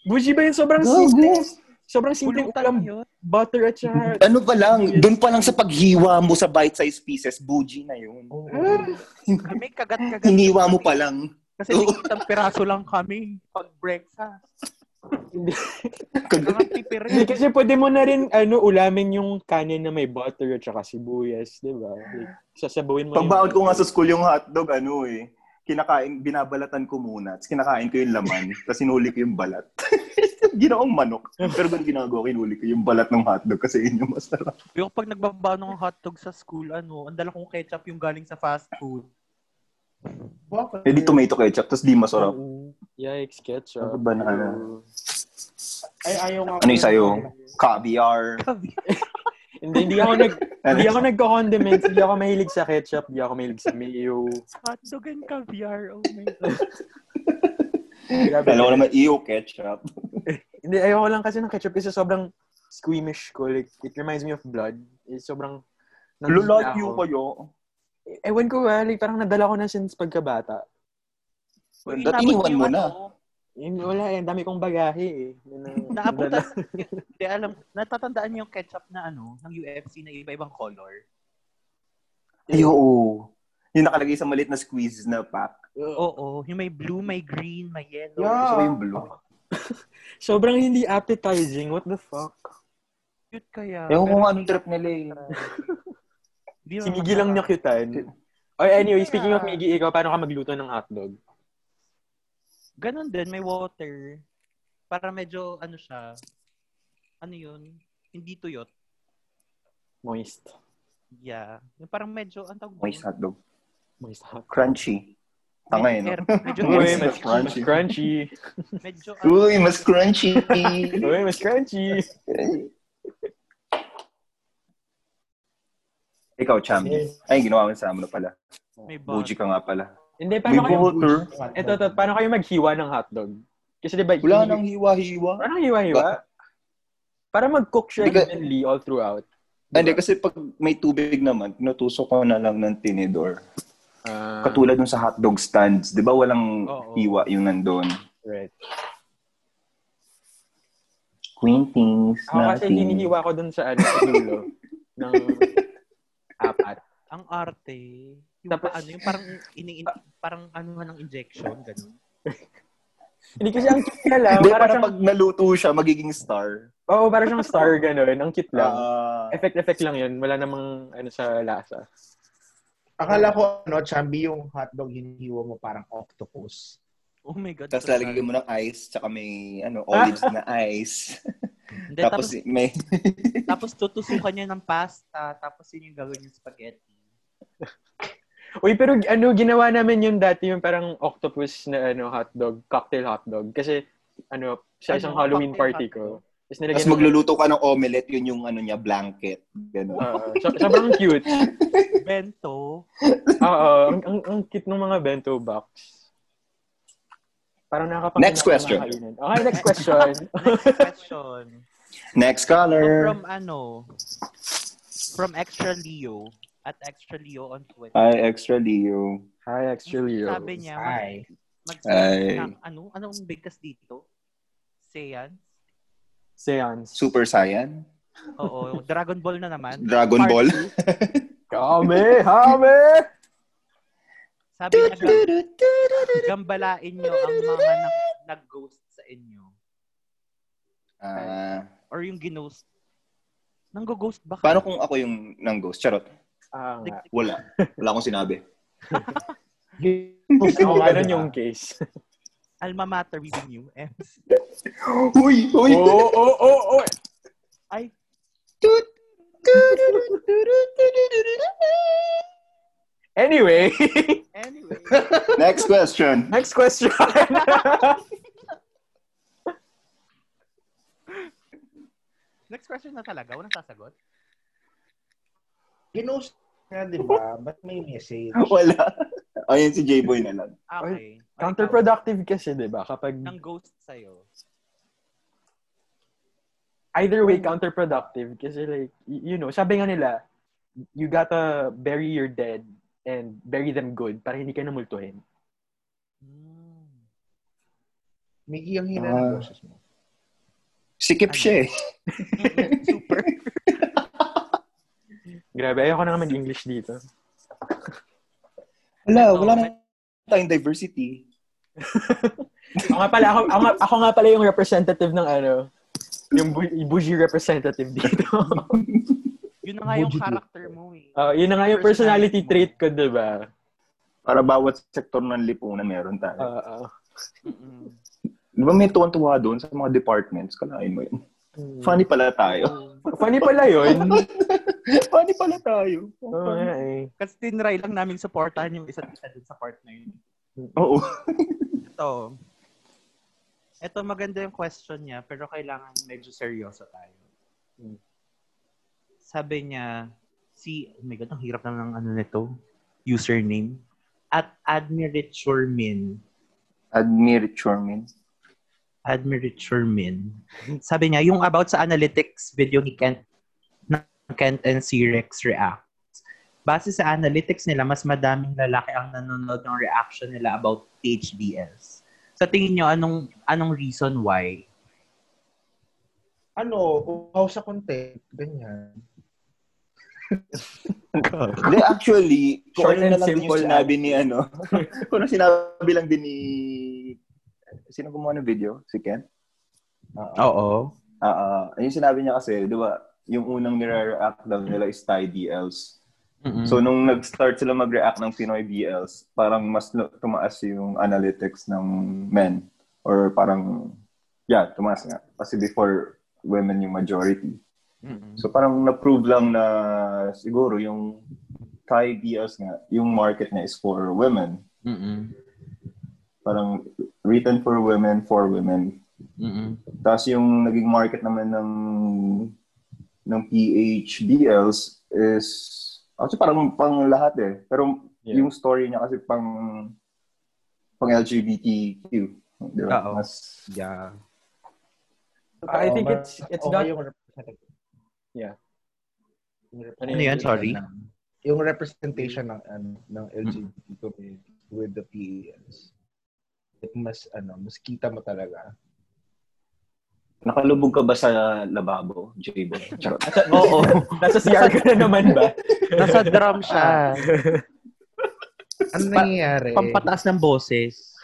S1: Buji ba yun? Sobrang simple. Sobrang simple ulam.
S3: yun.
S1: Butter at saka...
S4: Ano pa lang, doon pa lang sa paghiwa mo sa bite-sized pieces, buji na yun.
S3: Kami kagat-kagat.
S4: Hiniwa mo pa lang.
S3: Kasi isang piraso lang kami pag breakfast. Ang
S1: Hindi,
S3: tipirin.
S1: kasi pwede mo na rin ano, ulamin yung kanin na may butter at saka sibuyas, di ba? Like, sasabuin mo yung-
S4: Pagbaon ko nga sa school yung hotdog, ano eh, kinakain, binabalatan ko muna. Tapos kinakain ko yung laman. Tapos sinuli ko yung balat. Ginaong manok. Pero kung ginagawa ko, inuli ko yung balat ng hotdog kasi yun yung masarap.
S3: Yung pag nagbabano ng hotdog sa school, ano, ang dala kong ketchup yung galing sa fast food.
S2: Bakit?
S4: Eh di tomato ketchup, tapos di masarap.
S3: Oo.
S1: Yikes, ketchup.
S4: Ano ba na, ano?
S1: Oo.
S2: Ay, ayaw nga.
S4: Ano yung sa'yo? Caviar.
S3: Sabi,
S1: Hindi, hindi ako nag... Hindi ako nagko-condiments, hindi ako mahilig sa ketchup, hindi ako mahilig sa mayo.
S3: hotdog and caviar. Oh my God.
S1: Grabe.
S4: Alam ko naman, iyo ketchup.
S1: Hindi, ayoko lang kasi ng ketchup kasi sobrang squeamish ko. Like, it reminds me of blood. Eh, sobrang...
S4: Lulat
S1: nanghihina
S4: iyo
S1: ako.
S4: kayo.
S1: Ewan ko ba, like, parang nadala ko na since pagkabata.
S3: Uy,
S4: Ba't
S3: inabot
S4: iniwan
S3: yung
S4: mo na?
S3: ano,
S1: Yun, wala eh, ang dami kong bagahe eh. Yun ang-
S3: Naabutan. ano. Hindi alam, natatandaan niyo yung ketchup na ano, ng UFC na iba-ibang color.
S4: Ay, oo. Yung nakalagay sa maliit na squeeze na pack.
S3: Oo, yung may blue, may green, may yellow.
S2: Yeah.
S4: Gusto ko yung blue.
S1: Sobrang hindi appetizing, what the fuck?
S3: Cute kaya.
S4: Ah. Ewan ko kung anong trip nila eh.
S3: Di
S1: Si Miggy lang niya cutean. Or anyway, speaking of Miggy, ikaw, paano ka magluto ng hotdog?
S3: Ganon din, may water. Para medyo, ano siya, ano yun, hindi tuyot.
S1: Moist.
S3: Yeah. Yung parang medyo, ang tawag
S4: Moist
S3: doon?
S4: hotdog.
S1: Moist hotdog.
S4: Crunchy. Tanga eh, no?
S3: Medyo Medyo,
S1: Uy, mas
S4: Moist mas
S1: crunchy.
S4: crunchy.
S1: Mas crunchy.
S3: medyo, ano,
S4: Uy, mas crunchy.
S1: Uy, mas crunchy.
S4: Ikaw, Cham. Ay, ginawa mo sa amin na pala.
S3: may bug.
S4: Buji ka nga pala.
S1: Hindi,
S4: May
S1: paano kayo...
S4: butter.
S1: Eto, eto, paano kayo maghiwa ng hotdog? Kasi diba...
S4: Wala
S1: hindi-
S4: nang hiwa-hiwa.
S1: Paano hiwa-hiwa? Para mag-cook siya
S4: Hindi ka-
S1: evenly all throughout.
S4: Ah, Hindi, kasi pag may tubig naman, tinutusok ko na lang ng tinidor.
S1: Ah,
S4: Katulad nung sa hotdog stands, di ba walang
S3: Oo.
S4: hiwa yung nandun?
S1: right.
S4: Quintings,
S1: Ako Ah, kasi hinihiwa ko dun sa ano, sa dulo. ng apat.
S3: Ang arte. Yung
S1: Tapos-
S3: pa, ano, yung parang, ini, parang ano nga ng injection, ganun.
S1: Hindi kasi ang cute niya lang.
S4: Hindi,
S1: para
S4: parang
S1: siyang,
S4: pag naluto siya, magiging star.
S1: oo, para siyang star ganun. Ang cute lang.
S4: Ah,
S1: Effect-effect lang yun. Wala namang ano sa lasa.
S2: Akala ko, ano, Chambi, yung hotdog hinihiwa mo parang octopus.
S3: Oh my God. so
S4: tapos lalagyan mo ng ice, tsaka may ano, olives na ice.
S3: sorry. Hindi,
S4: tapos,
S3: tapos,
S4: may...
S3: tapos tutusukan niya ng pasta, tapos yun yung gagawin yung spaghetti.
S1: Uy, pero ano, ginawa namin yun dati, yung parang octopus na ano, hotdog, cocktail hotdog. Kasi, ano, sa isang
S3: Ano,
S1: Halloween
S3: cocktail
S1: party ko.
S3: hotdog.
S1: Tapos
S4: Tapos
S1: nilagyan
S4: magluluto ka ng omelette, yun yung ano niya, blanket. Ganun.
S1: Oo, so, sobrang cute.
S3: Bento.
S1: Oo, ang, ang, ang cute ng mga bento box. Parang nakakapag-
S4: Next question.
S1: Okay, next question.
S3: Next question.
S4: Next
S3: So
S4: color!
S3: from ano, from Extra Leo at Extra Leo
S1: Ah,
S3: on Twitter.
S4: Ay, extra Leo.
S1: Hi, actually, yo.
S3: Sabi niya, mag,
S2: Ay.
S3: mag
S4: Ay.
S3: ng ano, anong bigkas dito? Seance?
S1: Seance.
S4: Super Saiyan?
S3: Oo, Dragon Ball na naman.
S4: Dragon
S3: Part
S4: Ball?
S3: two.
S1: Kame, hame!
S3: Sabi niya, "Gam- gambalain niyo ang mga nag- nag-ghost sa inyo.
S4: Ah,
S3: Or yung ginost. Nanggo-ghost ba ka?
S4: paano kung ako yung nang ghost? Charot.
S1: Ah, nga.
S4: Wala. Wala akong sinabi.
S1: Ako nga nun yung case.
S3: Alma mater within you. Ems.
S4: Uy! Uy!
S1: Oo, oo, oo, oo.
S3: Ay,
S1: Anyway,
S3: anyway.
S4: Next question.
S1: next question.
S3: Next question na talaga. Walang sasagot.
S2: Ginost nga, di ba? Ba't may message?
S4: Wala. Ayun si J-Boy na lang.
S3: Okay.
S1: Counterproductive kasi, di ba? Kapag
S3: Nang ghost sa'yo.
S1: either way counterproductive kasi like y- you know sabi nga nila you gotta bury your dead and bury them good para hindi ka namultuhin
S3: Hmm.
S2: Miggy, ang hina ng
S4: Ah.
S2: boses mo.
S4: Sikip siya eh.
S3: Super.
S1: grabe ayoko na nga mag-English dito
S4: Wala. Wala na tayong diversity.
S1: ako nga pala ako, ako, nga- ako nga pala yung representative ng ano yung bu- bougie representative dito
S3: Yun na nga yung
S2: Bujit.
S3: character mo eh.
S1: Ah, yun na nga yung personality trait ko diba
S4: Para bawat sektor ng lipunan meron tayo.
S1: Oo.
S3: Mm-mm.
S4: Di ba may tuwan-tuwa doon sa mga departments? Kalain mo yun.
S1: Hmm.
S4: Funny pala tayo.
S1: funny pala yun
S4: Funny pala tayo.
S1: Oo nga eh.
S3: Kasi tinry lang namin supportahan yung isa't isa dun sa part na yun.
S4: Oo.
S3: Ito. Ito maganda yung question niya pero kailangan medyo seryoso tayo.
S1: Hmm.
S3: Sabi niya, si, oh my God, ang hirap naman ng ano nito, username. At Admirit Chormin.
S4: Admir Chormin.
S3: Admirit Chormin. Sabi niya, yung about sa analytics video ni Kent, ng Kent and si Rex React. Base sa analytics nila, mas madaming lalaki ang nanonood ng reaction nila about THDS. Sa tingin niyo, anong, anong reason why?
S2: Ano, uhaw sa content, ganyan.
S4: Hindi, actually, kung
S1: Short
S4: ano na
S1: and
S4: lang din
S1: simple
S4: yung sinabi ni ano, kung ano sinabi lang din ni, sino gumawa ng video? Si Ken?
S3: Oo.
S4: Ah, ah, yung sinabi niya kasi, di ba, yung unang nire-react daw nila is Thai BLs.
S3: Mm-mm.
S4: So, nung nag-start sila mag-react ng Pinoy BLs, parang mas lu- tumaas yung analytics ng men. Or parang, yeah, tumaas nga. Kasi before, women yung majority.
S3: Mm-mm.
S4: So parang na-prove lang na siguro yung Thai BS nga, yung market niya is for women.
S3: Mm-mm.
S4: Parang written for women, for women.
S3: Mm-mm.
S4: Tapos yung naging market naman ng ng PHBLs is actually parang pang lahat eh. Pero
S1: Yeah.
S4: yung story niya kasi pang pang LGBTQ. Di ba?
S3: Oo.
S4: Mas,
S3: Yeah.
S1: I think
S2: Tama.
S1: it's it's
S2: Okay,
S1: not
S2: yung representation.
S1: Yeah.
S2: Yung rep-
S1: Ano
S3: Ano yan? Sorry.
S2: Yung representation ng ano, ng LGBT community with the PAS. It mas ano, mas kita mo talaga.
S4: nakalubog ka ba sa lababo, J-Boy? Charot.
S3: Oo.
S1: Nasa CR ka na naman ba?
S3: Nasa drum siya.
S2: Ano nangyayari?
S3: Pampataas ng boses.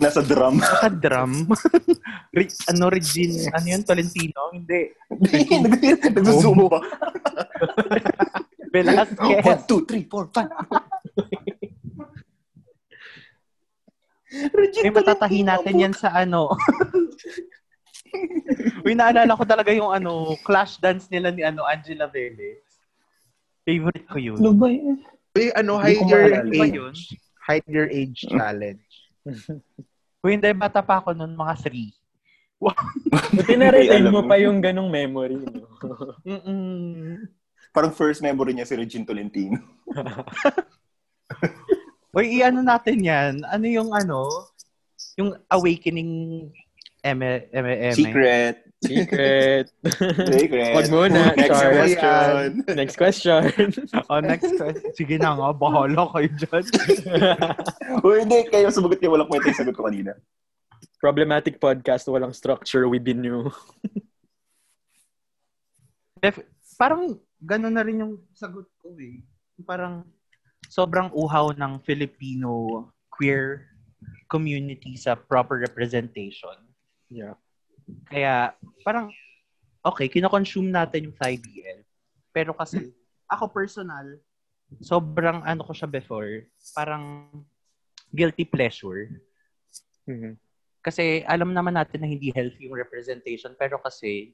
S4: Nasa drum.
S3: Nasa drum. Re- ano, Regine? Ano yun? Tolentino? Hindi.
S4: Nag-zoom pa.
S3: Velasquez.
S4: two, three, four, five.
S3: Ay, patatahi natin yan sa ano. Uy, naalala ko talaga yung ano, clash dance nila ni ano Angela Vélez. Favorite ko yun.
S1: Ano ba yun?
S2: Uy, ano,
S4: Hindi
S2: hide
S4: ko
S2: your
S4: maalala.
S3: Ano ba yun?
S2: age. Hide your age challenge.
S3: Uy, hindi, bata pa ako nun, mga three.
S1: Buti na retain
S4: Alam
S1: mo
S4: mo.
S1: pa yung ganong memory. No?
S3: Mm-mm.
S4: Parang first memory niya si Regine Tolentino.
S3: Uy, i-ano natin yan? Ano yung ano? Yung awakening M- M-
S4: Secret.
S1: Secret.
S4: Secret.
S1: Huwag muna,
S4: Next
S1: Char.
S4: question.
S1: Next question.
S3: Oh, next question. Sige na nga, bahala kayo dyan.
S4: Uy, hindi. Kayo sumagot niya. Walang kwenta yung sagot ko kanina.
S1: Problematic podcast, walang structure, we be new.
S3: Def- parang gano'n na rin yung sagot ko eh. Parang sobrang uhaw ng Filipino queer community sa proper representation.
S1: Yeah.
S3: Kaya parang okay, kinoconsume natin yung Thai BL. Pero kasi ako personal, sobrang ano ko siya before, parang guilty pleasure. Kasi alam naman natin na hindi healthy yung representation pero kasi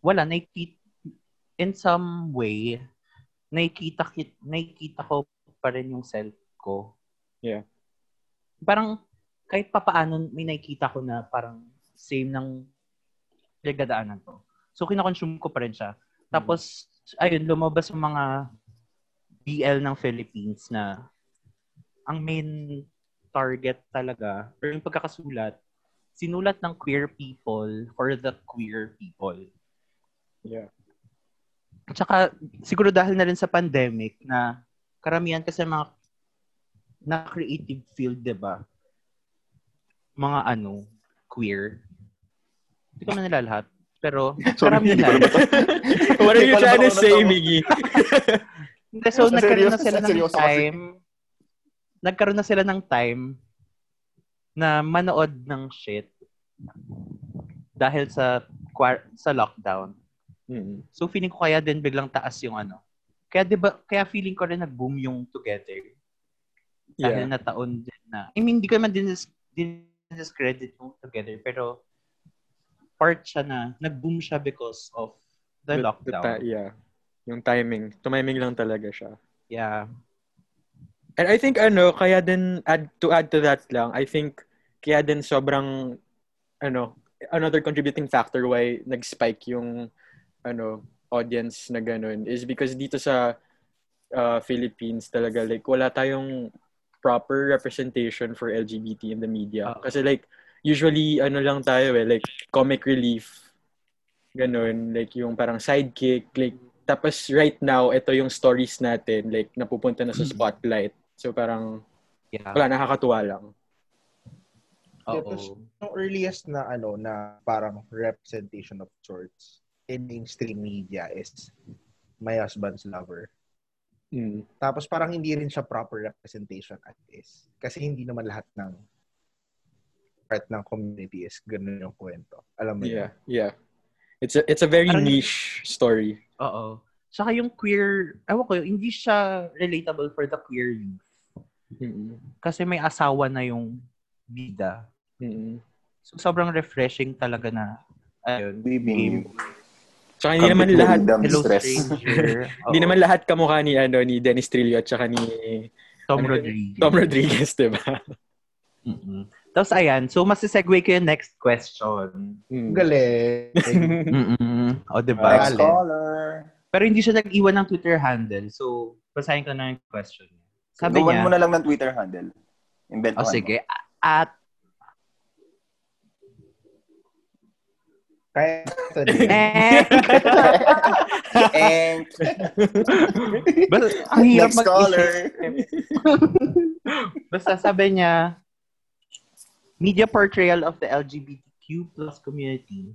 S3: wala nakikita in some way nakikita ki- nakikita ko pa rin yung self ko.
S1: Yeah.
S3: Parang kahit papaano may nakikita ko na parang same ng pinagdadaanan ko. So kinoconsume ko pa rin siya. Tapos ayun lumabas yung mga BL ng Philippines na ang main target talaga or yung pagkakasulat sinulat ng queer people for the queer people.
S1: Yeah.
S3: Tsaka, siguro dahil na rin sa pandemic na karamihan kasi mga na creative field, di ba? Mga ano, queer. Hindi ko man nila lahat. Pero,
S4: Sorry, hindi ko
S3: karamihan.
S4: na ba-
S1: What are you trying
S4: Hindi,
S1: to
S4: pala ba ako
S1: say,
S4: natawa?
S1: Miggy?
S3: Hindi, so
S4: Seryoso-
S3: nagkaroon na sila ng
S4: seryoso kasi.
S3: time. Nagkaroon na sila ng time na manood ng shit dahil sa quar- sa lockdown.
S1: Mm.
S3: So feeling ko kaya din biglang taas yung ano. Kaya 'di ba kaya feeling ko rin nag-boom yung together dahil
S1: Yeah.
S3: nataon din na. I mean, hindi ko naman din discredit yung together pero part siya na nag-boom siya because of
S1: The-
S3: the,
S1: the
S3: lockdown.
S1: ti- yeah. Yung timing. Tumiming lang talaga siya.
S3: yeah.
S1: And I think ano, kaya din add to add to that lang. I think kaya din sobrang ano, another contributing factor why nag-spike yung ano, audience na ganun is because dito sa uh, Philippines talaga like wala tayong proper representation for LGBT in the media.
S3: Oo.
S1: Kasi like usually ano lang tayo eh like comic relief ganun like yung parang sidekick like tapos right now ito yung stories natin like napupunta na sa spotlight. So parang
S3: Yeah.
S1: wala nakakatuwa lang.
S2: Yeah,
S3: Oo.
S2: tas- Yung earliest na ano na parang representation of sorts in mainstream media is My Husband's Lover.
S1: Mm.
S2: Tapos parang hindi rin siya proper representation at is. Kasi hindi naman lahat ng part ng community is ganun yung kwento. Alam mo
S1: Yeah, yeah. It's a, it's a very
S3: Parang-
S1: niche story.
S3: Oo. Tsaka yung queer, ewan ko, hindi siya relatable for the queer youth.
S1: Mm-mm.
S3: Kasi may asawa na yung bida.
S1: Mm-mm.
S3: So, sobrang refreshing talaga na, ayun,
S4: Living
S1: Tsaka hindi naman
S4: Complete
S1: lahat
S4: freedom,
S3: hello
S4: Mm, stress.
S3: stranger. Oo.
S1: hindi naman lahat kamukha ni ano ni Dennis Trillo at tsaka ni
S3: Tom
S1: ano yun?
S3: Rodriguez.
S1: Tom Rodriguez, 'di ba?
S3: Mm-mm. Tapos ayan, so masisegue ko yung next question.
S1: Mm.
S2: Galing.
S3: Mm-mm. O, diba?
S4: Next
S2: Violet.
S4: caller.
S3: Pero hindi siya nag-iwan ng Twitter handle. So, basahin ko na yung question. niya. Sabi
S4: Gawan
S3: niya,
S4: mo na lang ng Twitter handle. Invent
S3: o
S4: mo.
S3: sige, at
S2: Kaya ito din.
S3: eh,
S4: And
S3: basta, ang hirap
S4: next
S3: mag
S4: caller.
S3: Basta sabi niya, media portrayal of the LGBTQ plus community.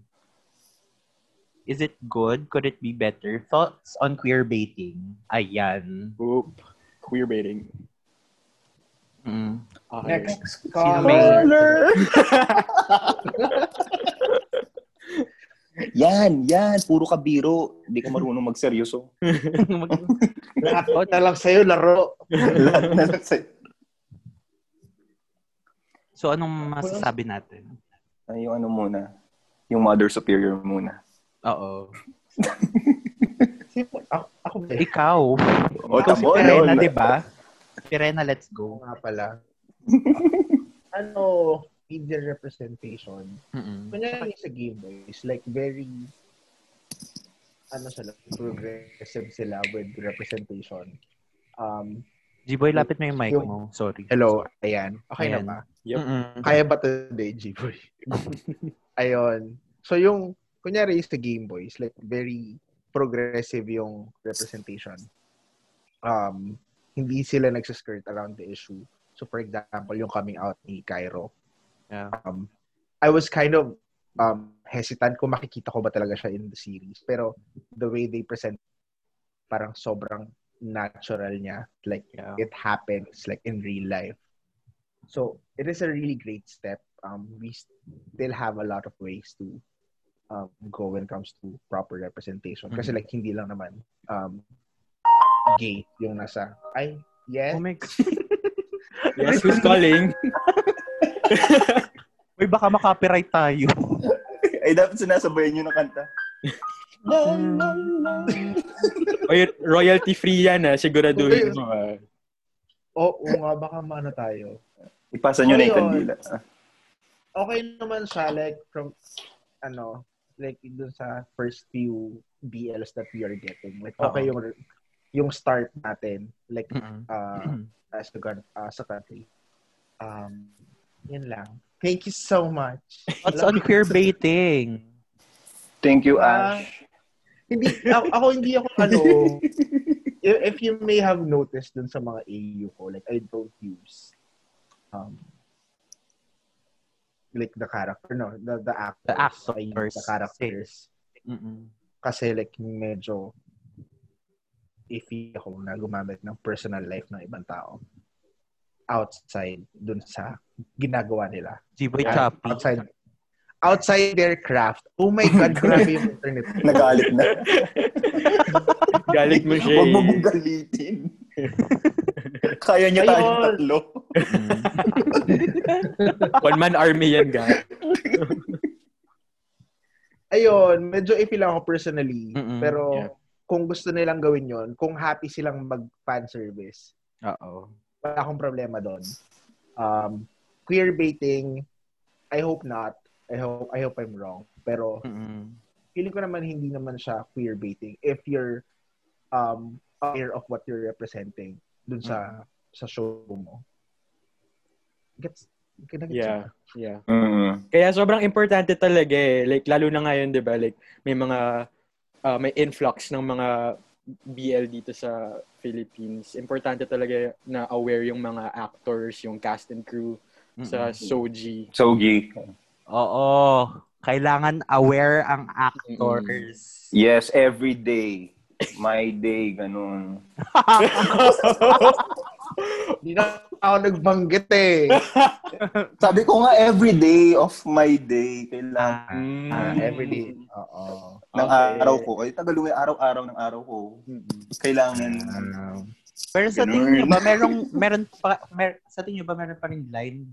S3: Is it good? Could it be better? Thoughts on queer baiting? Ayan.
S1: Oop. Queer baiting.
S3: Mm.
S1: Okay.
S2: Next
S3: Sino may-
S2: caller.
S4: Yan, yan. Puro ka biro. Hindi ka marunong magseryoso.
S2: Lahat ko na lang sa'yo, laro.
S4: Lahat na lang sa-
S3: so, anong masasabi natin?
S4: Ay, yung ano muna. Yung mother superior muna.
S3: Oo.
S2: Sino? Ako, ako ba? eh?
S3: Ikaw.
S4: O,
S3: Ikaw si
S4: tabo,
S3: Pirena,
S4: Oh, lol.
S3: di ba? Pirena, let's go.
S2: Ako nga pala. ano, media representation.
S3: Mm-mm.
S2: Kunyari sa Game Boys, like very ano sila, progressive sila with representation. Um,
S3: G-Boy, lapit mo yung mic mo. Sorry.
S2: hello, ayan. Okay na
S3: Ayan.
S2: ba?
S1: Yep.
S3: Mm-mm.
S2: Kaya ba today, G-Boy? Ayun. So yung, kunyari sa Game Boys, like very progressive yung representation. Um, hindi sila nagsiskirt around the issue. So for example, yung coming out ni Cairo.
S3: Yeah.
S2: Um, I was kind of um, hesitant kung makikita ko ba talaga siya in the series. Pero the way they present, parang sobrang natural niya. Like,
S3: Yeah.
S2: it happens like in real life. So it is a really great step. Um, we still have a lot of ways to um, go when it comes to proper representation. Kasi like hindi lang naman um, gay yung nasa ay yes
S3: Oh my God.
S1: Yes, who's calling?
S3: Uy, baka makapiright tayo.
S4: Ay, dapat sinasabayan nyo na kanta.
S1: O yun, royalty free yan ah. Siguraduhin mo ah.
S2: oo nga baka maano tayo.
S4: Ipasa nyo na yung
S2: Ayun.
S4: kandila. Ah,
S2: Okay naman siya like from ano like dun sa first few BLs that we are getting. Like okay yung yung start natin like
S3: Mm-mm.
S2: uh, as the gun uh, sa country. Um, yun lang. Thank you so much.
S3: Thoughts on queer baiting?
S4: Thank you,
S2: Ah.
S4: Ash.
S2: hindi ako, ako hindi ako ano if, if you may have noticed dun sa mga AU ko, like I don't use um like the character no, the the actors.
S3: The actors.
S2: I use the characters
S3: Mm-mm.
S2: kasi like medyo iffy ako na gumamit ng personal life ng ibang tao outside dun sa ginagawa nila.
S3: G-Boy
S2: Yeah.
S3: Choppy.
S2: outside outside their craft. Oh my God, grabe yung internet.
S4: Nagalit na.
S1: Galit mo siya
S4: Huwag mo
S1: eh.
S4: mong galitin. Kaya niya tayong
S2: Ayun.
S4: tatlo.
S3: Mm.
S1: One man army yan, guys.
S2: Ayun, medyo iffy lang ako personally.
S3: Mm-mm,
S2: pero
S1: yeah.
S2: kung gusto nilang gawin yon kung happy silang mag-fan service,
S3: Oo.
S2: wala akong problema doon. Um, queer baiting, I hope not. I hope I hope I'm wrong. Pero
S3: Mm-mm.
S2: feeling ko naman hindi naman siya queer baiting if you're um aware of what you're representing dun sa sa show mo. Gets? gets-
S1: Yeah. Yeah.
S4: Mm.
S1: Kaya sobrang importante talaga eh. Like, lalo na ngayon, di ba? Like, may mga, ah, may influx ng mga BL dito sa Philippines. Importante talaga na aware yung mga actors, yung cast and crew sa Soji.
S4: Sogi.
S3: Oo. Kailangan aware ang actors.
S4: Yes, every day. My day, ganun.
S2: Hindi na ako nagbanggit eh.
S4: Sabi ko nga, every day of my day, kailangan
S2: Ah,
S3: Ah,
S2: everyday. Oo.
S4: ng
S1: Okay.
S4: araw ko. Ay, Tagalog yung araw-araw ng araw ko. Kailangan.
S2: Um,
S3: Pero sa
S4: Ganun.
S3: tingin nyo ba, merong, meron pa, mer, sa tingin nyo ba, meron pa rin line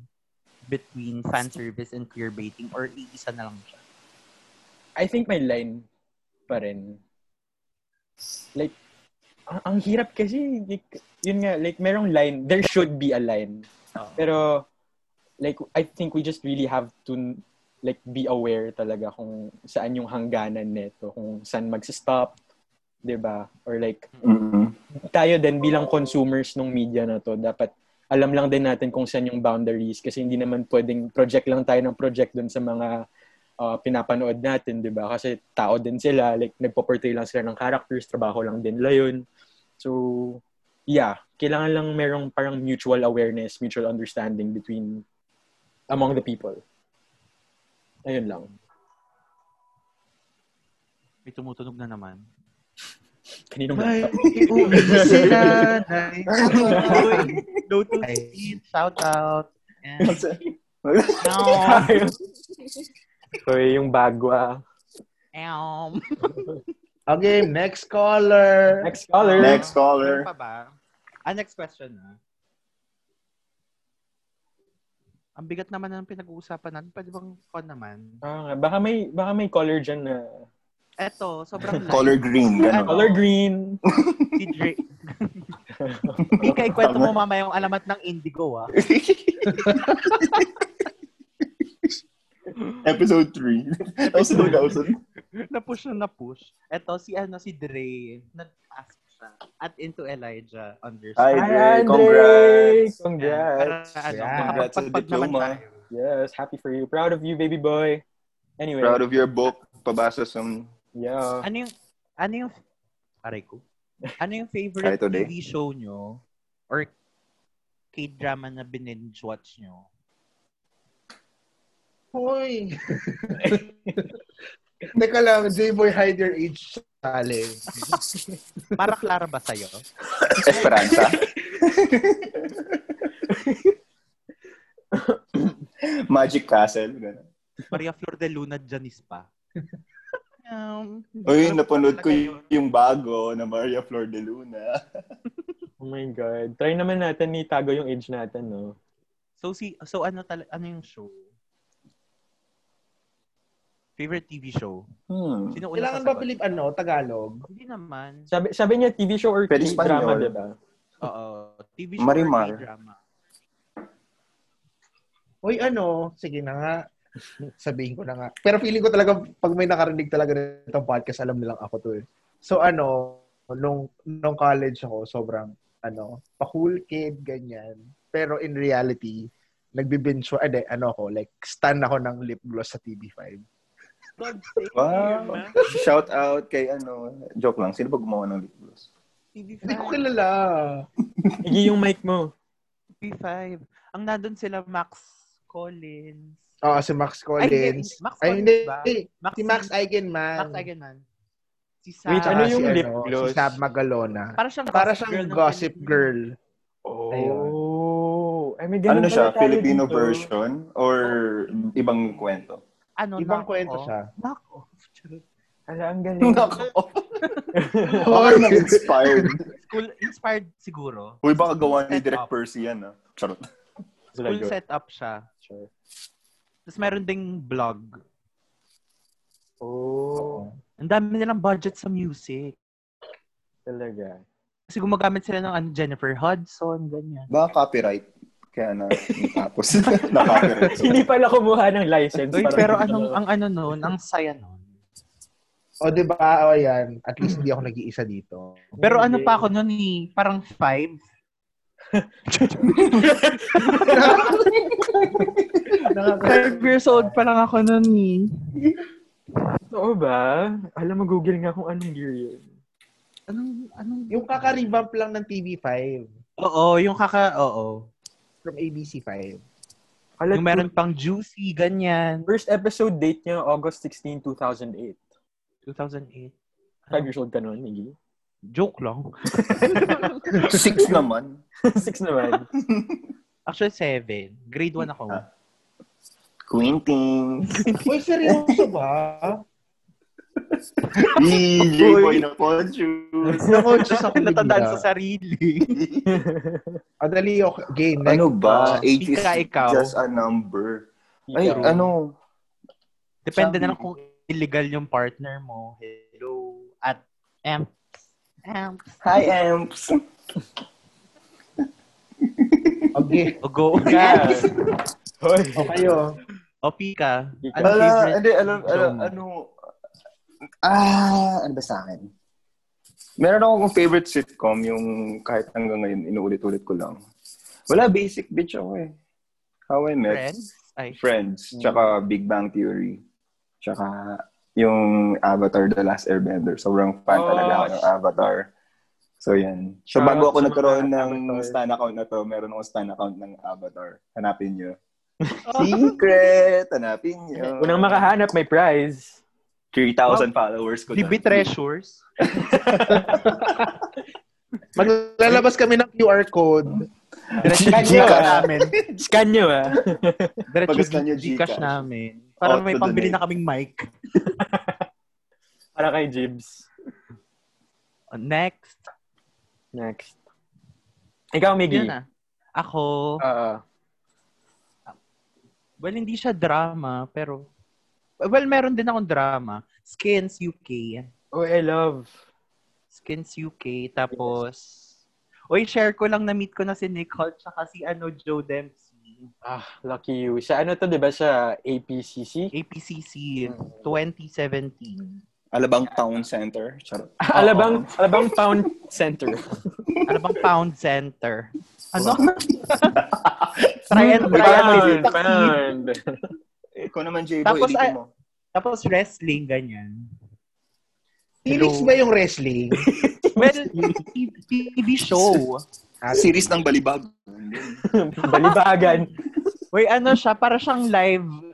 S3: between fan service and queerbaiting or iisa na lang siya?
S1: I think may line pa rin. Like, ang, ang hirap kasi, like, yun nga, like, merong line. There should be a line. Pero, like, I think we just really have to, like, be aware talaga kung saan yung hangganan nito, kung saan mag-stop, 'di ba Or like,
S4: Mm-mm.
S1: tayo din bilang consumers ng media na to, dapat alam lang din natin kung saan yung boundaries kasi hindi naman pwedeng project lang tayo ng project dun sa mga uh, pinapanood natin, di ba? Kasi tao din sila, like nagpo-portray lang sila ng characters, trabaho lang din nila yun. So, yeah, kailangan lang merong parang mutual awareness, mutual understanding between among the people. Ayun lang.
S3: May tumutunog na naman.
S1: Kanino man.
S3: Go to
S2: Ay.
S3: sleep. Shout out. And
S1: Ow. Hoy, yung ah. bagwa.
S3: Elm.
S2: okay, next caller.
S1: Next caller.
S4: Next caller.
S3: Meron pa ba? Ah, next question na. Ang bigat naman ng pinag-uusapan natin. Pwede bang fun naman?
S1: Ah, nga. baka may baka may color dyan na
S3: Eto, sobrang light.
S4: Color green. Ganun.
S1: color green.
S3: Si Drake. Ika, ikwento mo mamaya yung alamat ng Indigo, ah.
S4: Episode 3. Tapos na
S3: na-push na na-push. Eto, si ano, si Dre. Nag-ask siya. At into Elijah
S4: Hi,
S3: underscore.
S4: Dre.
S1: Andre!
S4: Congrats.
S3: Para,
S1: Congrats.
S3: ano,
S4: Ah,
S2: Congrats.
S3: makapagpagpag naman
S4: Diploma.
S3: tayo.
S1: Yes, happy for you. Proud of you, baby boy. Anyway,
S4: Proud of your book. Pabasa sa...
S1: yeah.
S3: Ano yung, ano yung, aray ko, ano yung
S4: Aray
S3: favorite
S4: today.
S3: TV show nyo or k-drama na binbinge watch nyo?
S2: Hoy! Teka lang, J-Boy, hide your age challenge.
S3: Para Clara ba sa'yo?
S4: Esperanza. Magic Castle. Ganun.
S3: Maria Flor de Luna Janice pa. Um,
S4: Uy,
S3: ano
S4: napanood
S3: pa
S4: ko
S3: talaga yun?
S4: yung bago na Maria Flor de Luna.
S1: Oh my God. Try naman natin ni Tago yung age natin, no?
S3: So, si, so ano, tal- ano yung show? Favorite TV show?
S4: Hmm.
S3: Sino una
S2: Kailangan ba,
S3: sasagot?
S2: Philip, ano, Tagalog?
S3: Hindi naman.
S1: Sabi, sabi niya TV show or
S4: Pwede
S1: drama, diba?
S4: Espanyol.
S1: di ba?
S3: Oo. TV show
S4: Marimar.
S3: or drama?
S2: Uy, ano, sige na nga. Sabihin ko na nga. Pero feeling ko talaga, pag may nakarinig talaga nitong podcast, alam nilang ako to eh. So ano, nung, nung college ako, sobrang, ano, pa-cool kid, ganyan. Pero in reality, nagbibinge, ay, di, ano ako, like, stan ako ng lip gloss sa TV5.
S3: God save
S4: Wow.
S3: you, ma.
S4: Shout out kay ano. Joke lang. Sino ba gumawa ng lip gloss?
S3: TV5.
S2: Hindi ko kilala.
S1: Igi yung mic mo.
S3: TV5. Ang nandun sila, Max Collins.
S2: Oo, si Max Collins.
S3: Max
S2: Ay,
S3: Collins
S2: hindi.
S3: ba?
S2: Si Max Eigenman.
S3: Max Eigenman. Si Sam.
S1: Wait,
S2: Tsaka
S1: ano yung
S2: si,
S1: lip gloss?
S2: Si Sab Magalona.
S3: Para siyang
S2: Para siyang
S3: ng
S2: gossip
S3: Pilipinas.
S2: girl.
S1: Oh. Ay, may ganun
S4: Ano na siya?
S1: pala tayo
S4: Filipino
S1: dito.
S4: version? Or ibang kwento?
S3: Ano,
S2: Ibang
S3: knock
S2: kwento
S5: oh.
S3: off?
S2: siya.
S3: Knock off. Charot.
S1: Ala, ang galing.
S4: Nako.
S2: Or-
S4: Or inspired.
S3: School inspired siguro.
S4: Uy, baka gawa ni
S3: Set up.
S4: Direct Percy yan ah. Charot.
S3: School
S1: Sure.
S3: setup siya. Tapos meron ding vlog.
S1: Oh,
S3: Ang dami nilang budget sa music.
S1: talaga.
S3: Kasi gumagamit sila ng ano, Jennifer Hudson, ganyan.
S4: Baka copyright. Kaya na tapos na copyright.
S1: Hindi pala kumuha ng license.
S3: Uy,
S1: Parang-
S3: pero anong ang ano noon, ang saya noon.
S2: O, di ba? O, yan. At least hindi ako nag-iisa dito.
S3: Pero ano pa ako noon ni eh, parang five. Five years old pa lang ako noon eh.
S1: Oo ba? Alam mo, Google nga kung anong year yun.
S3: Anong, anong...
S2: yung kakarevamp lang ng TV5
S3: Oo, yung kaka... Oo.
S2: from ABC5.
S1: Alam
S3: yung meron pang juicy, ganyan.
S1: First episode date niya, August 16, 2008.
S3: 2008. Ah.
S1: Five years old ka noon, Iggy.
S3: Joke lang.
S4: Six naman.
S1: Six naman.
S3: Actually, seven. Grade one ako.
S4: Ah. Quinting.
S2: Uy, seryoso ba?
S4: DJ Boy E, na Ponchus.
S2: Nakonsyos ako
S3: Natandaan
S2: bigla.
S3: sa sarili.
S2: Ang dali ako. Game. Next.
S4: Ano
S2: Uh,
S4: ba? Age is
S3: Ika, ikaw.
S4: just a number. Ay,
S1: Ikaw.
S4: ano?
S3: Depende na
S4: Sabi-
S3: lang kung illegal yung partner mo. Hello. At amp. Amp.
S4: Hi, Amps.
S2: okay.
S3: O go.
S1: Yeah. Hoy.
S2: O kayo.
S3: O pika.
S1: Pika.
S3: Ano
S4: Wala,
S3: favorite?
S4: hindi, alam, alam,
S3: song?
S4: ano, ah, ano ba sa akin? Meron akong favorite sitcom, yung kahit hanggang ngayon, inuulit-ulit ko lang. Wala, basic bitch ako eh. How I Met.
S3: Friends? Ay.
S4: Friends. Tsaka Big Bang Theory. Tsaka yung Avatar The Last Airbender. Sobrang fan
S1: Oh,
S4: talaga ako ng
S1: sh-
S4: Avatar. So, yan. So,
S1: Shout
S4: bago
S1: out
S4: ako
S1: sa mga
S4: nagkaroon ng
S1: Avatar.
S4: stan account na to, meron akong stan account ng Avatar. Hanapin nyo. Secret! Hanapin nyo.
S1: Unang makahanap, may prize.
S4: 3,000 followers ko.
S3: Libby Treasures?
S2: Maglalabas kami ng QR code.
S1: Gcash.
S3: namin.
S1: ah. Scan nyo, ah.
S3: Diretso
S4: Pag-scan nyo,
S3: Gcash
S4: Gcash.
S3: namin. Para
S4: Out
S3: may
S4: to
S3: pambili
S4: donate.
S3: na kaming mic.
S1: Para kay Jibs.
S3: O, Oh, Next.
S1: Next. Ikaw, Miggy.
S3: Yan na. ah. Ako.
S1: Oo.
S3: Well, hindi siya drama, pero... Well, meron din akong drama. Skins UK.
S1: Oh, I love.
S3: Skins UK. Tapos... Uy, share ko lang na-meet ko na si Nick Holt tsaka si ano, Joe Dempsey.
S1: Ah, lucky you. Sa ano to, di ba? Sa APCC?
S3: APCC 2017.
S4: Alabang Town Center. Charot.
S1: Ah, Alabang, Alabang Pound Center.
S3: Ano bang pound center? Ano?
S1: Try
S3: and try out with your
S1: Pound.
S4: Eh, Ikaw naman, J-Boy,
S3: Tapos,
S4: ulitin
S3: ah,
S4: mo.
S3: Tapos wrestling, ganyan.
S2: Series
S3: Hello.
S2: ba yung wrestling?
S3: Well, TV show.
S4: Series ng balibag.
S1: Balibagan.
S3: Uy, ano siya, para siyang live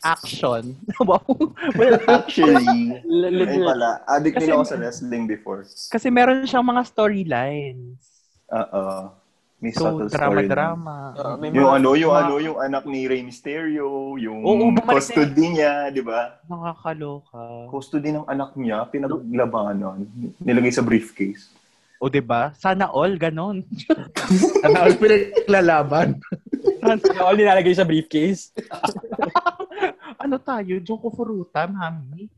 S3: action. wow. Well,
S4: Actually, ay
S1: Legit.
S4: pala, addict
S3: Kasi-
S4: nila ako sa wrestling before.
S3: kasi meron siyang mga storylines.
S4: Oo. May
S3: So,
S4: subtle story na.
S3: drama-drama.
S1: Oo, uh, may
S4: Yung ano, yung
S3: mga-
S4: ano, yung anak ni Rey Mysterio, yung
S3: Oo, bumalik
S4: custody niya, di ba?
S3: Nakakaloka.
S4: Custody ng anak niya, pinaglabanan, nilagay sa briefcase.
S3: O, ba diba? Sana all, ganon.
S2: Ano ang pinaglalaban?
S1: All nilalagay sa briefcase.
S3: ano tayo? Joko Furuta, mami?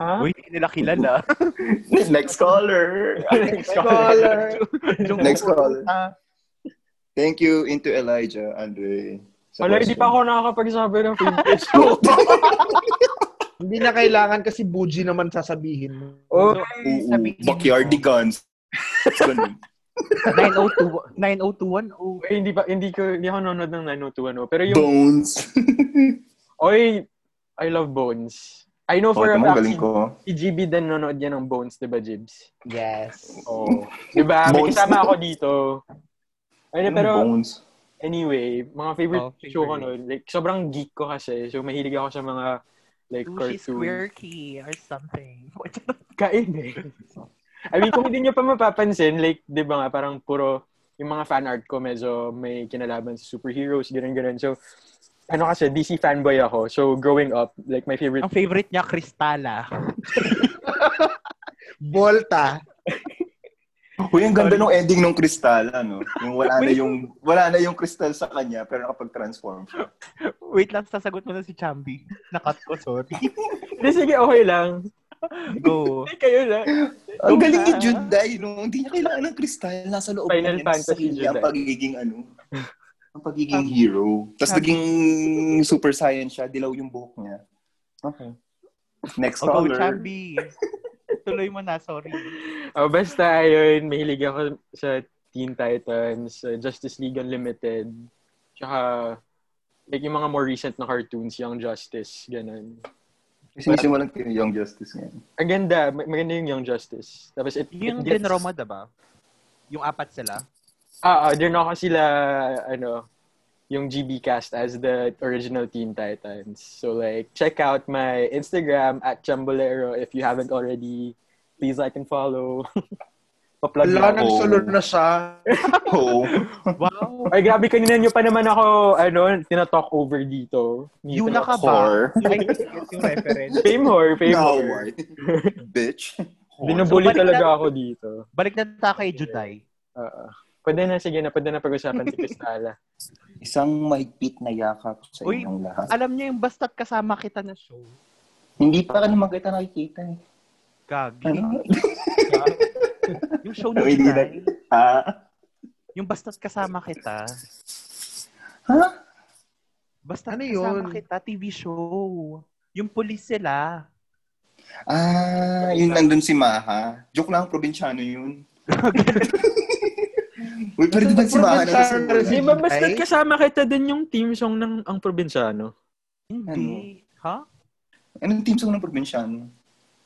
S1: Ha?
S3: Uy, hindi nila kilala.
S4: Next caller!
S1: Next
S2: Scholar.
S3: Joko
S4: Next
S3: Furuta.
S4: Thank you, into Elijah, Andre. Sa
S1: Wala, hindi
S4: question.
S1: pa ako nakakapagsabi ng favorite.
S2: Hindi na kailangan kasi buji naman sasabihin mo.
S1: Oh,
S4: Oo,
S3: Sabihin mo.
S4: Backyardigans. Ganun.
S3: 902 90210.
S1: eh, hindi pa hindi ko hindi ako nanonood ng 90210. Pero yung
S4: Bones.
S1: oy I love Bones. I know for a
S4: Oo, Oh, tama,
S1: fact
S4: galing ko.
S1: si GB din nanonood niya ng Bones, 'di ba, Jibs?
S2: Yes.
S4: Oo.
S1: Di ba? May
S4: Bones.
S1: kasama ako dito. Ay,
S4: Yung
S1: pero
S4: Bones.
S1: anyway, mga favorite,
S3: Oh, favorite.
S1: show ko noon. Like, sobrang geek ko kasi. So, mahilig ako sa mga like
S3: Sushi
S1: cartoon.
S3: square key or something.
S1: Kain eh. I mean, kung hindi nyo pa mapapansin, like, di ba nga, parang puro yung mga fan art ko medyo may kinalaban sa superheroes, ganun-ganun. So, ano kasi, DC fanboy ako. So, growing up, like, my favorite
S3: Ang favorite niya, Kristala.
S2: Volta.
S4: Uy, ang ganda nung ending nung kristal, ano? Yung wala na yung wala na yung kristal sa kanya pero nakapag-transform siya.
S3: Wait lang, sasagot mo na si Chambi. Nakat ko, sorry.
S1: Hindi, sige, okay lang.
S3: Go.
S1: Hindi, kayo lang.
S4: Ang galing ni
S3: Ah.
S4: Judai, no? Hindi niya kailangan ng kristal. Nasa loob
S1: Final
S4: niya. Nasa
S1: Fantasy,
S4: sarili niya ang
S1: Juday.
S4: pagiging ano. Ang pagiging hero. Tapos naging super saiyan siya. Dilaw yung buhok niya. Okay.
S3: O,
S4: Next
S3: go,
S4: caller.
S3: Chambi. Tuloy mo na, sorry.
S1: Oh, basta ayun, mahilig ako sa Teen Titans, sa Justice League Unlimited, tsaka like yung mga more recent na cartoons, Young Justice, ganun.
S4: Sinisimulan ko yung Young Justice ngayon.
S1: Ang ganda, ma- maganda yung Young Justice. Tapos it, it
S3: Yung
S1: gets-
S3: din Roma, diba? Yung apat sila.
S1: Ah, ah, din ako sila, ano, yung GB cast as the original Teen Titans. So like, check out my Instagram at Chambolero if you haven't already. please like and follow. Pa-plug na.
S2: Wala,
S4: nang-
S2: nagsulo na siya.
S4: Oo.
S5: Wow.
S1: Ay, grabe, kanina nyo pa naman ako, ano, tinatalk over dito.
S5: You
S1: Nito.
S5: naka-
S4: Whore.
S2: I guess yung reference.
S1: Fame whore, fame
S4: No
S1: whore.
S4: way. Bitch.
S1: Binubuli
S5: So, balik
S1: talaga
S5: na-
S1: ako dito.
S5: Balik na tayo kay Juday.
S1: Oo. Pwede na, sige na, pwede na pag-usapan si Cristala.
S4: Isang mahigpit na yakap sa
S5: Uy.
S4: inyong lahat.
S5: Alam niya yung basta't kasama kita na show.
S4: Hindi pa ka naman kita nakikita eh.
S5: Gagi.
S4: Ano?
S5: yung show ni
S4: Uy, di na-
S5: Juday.
S4: Ah?
S5: Yung basta't kasama kita.
S4: Ha?
S5: Basta
S2: Ano
S5: kasama
S2: yun?
S5: kita, TV show. Yung pulis sila.
S4: Ah, yun lang dun si Maha. Joke lang, probinsyano yun. Uy, pero dun si Maha na
S2: Probinsyano
S1: Di
S2: na si-
S4: kasi
S1: ba, basta
S2: Ay.
S1: kasama kita din yung team song ng Ang Probinsyano.
S4: Ano?
S5: Hindi. Ha?
S4: Anong team song ng probinsyano?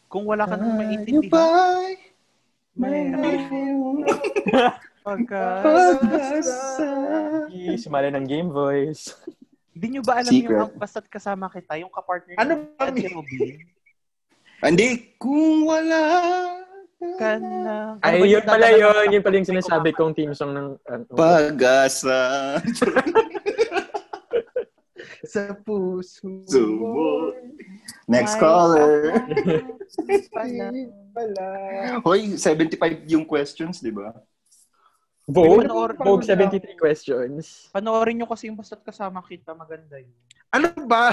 S5: Kung wala ka
S4: Ah,
S5: nang
S4: You
S5: maintindihan.
S4: buy my
S5: Mayroon
S4: life
S5: pagkasa.
S1: Sumali ng Game Voice.
S5: Hindi nyo ba alam
S4: Secret.
S5: yung ang basta't kasama kita, yung kapartner
S2: Ano
S5: ni
S2: ba
S5: Ate
S2: yun?
S5: Robin?
S4: Hindi, kung wala
S5: Ka na.
S1: Ay,
S5: Ano ba
S1: yun pala
S5: dadalaw-
S1: yun. Yun pala yung sinasabi kong team song ng... ano,
S4: pag-asa.
S2: Sa puso.
S4: Sumo. Next caller.
S5: ah.
S2: Pala. Pala.
S4: Hoy, 75 yung questions, di ba?
S1: Vogue?
S5: Panoor-
S1: Vogue 73 questions.
S5: Panoorin nyo kasi yung basta't kasama kita, maganda yun.
S2: Ano ba?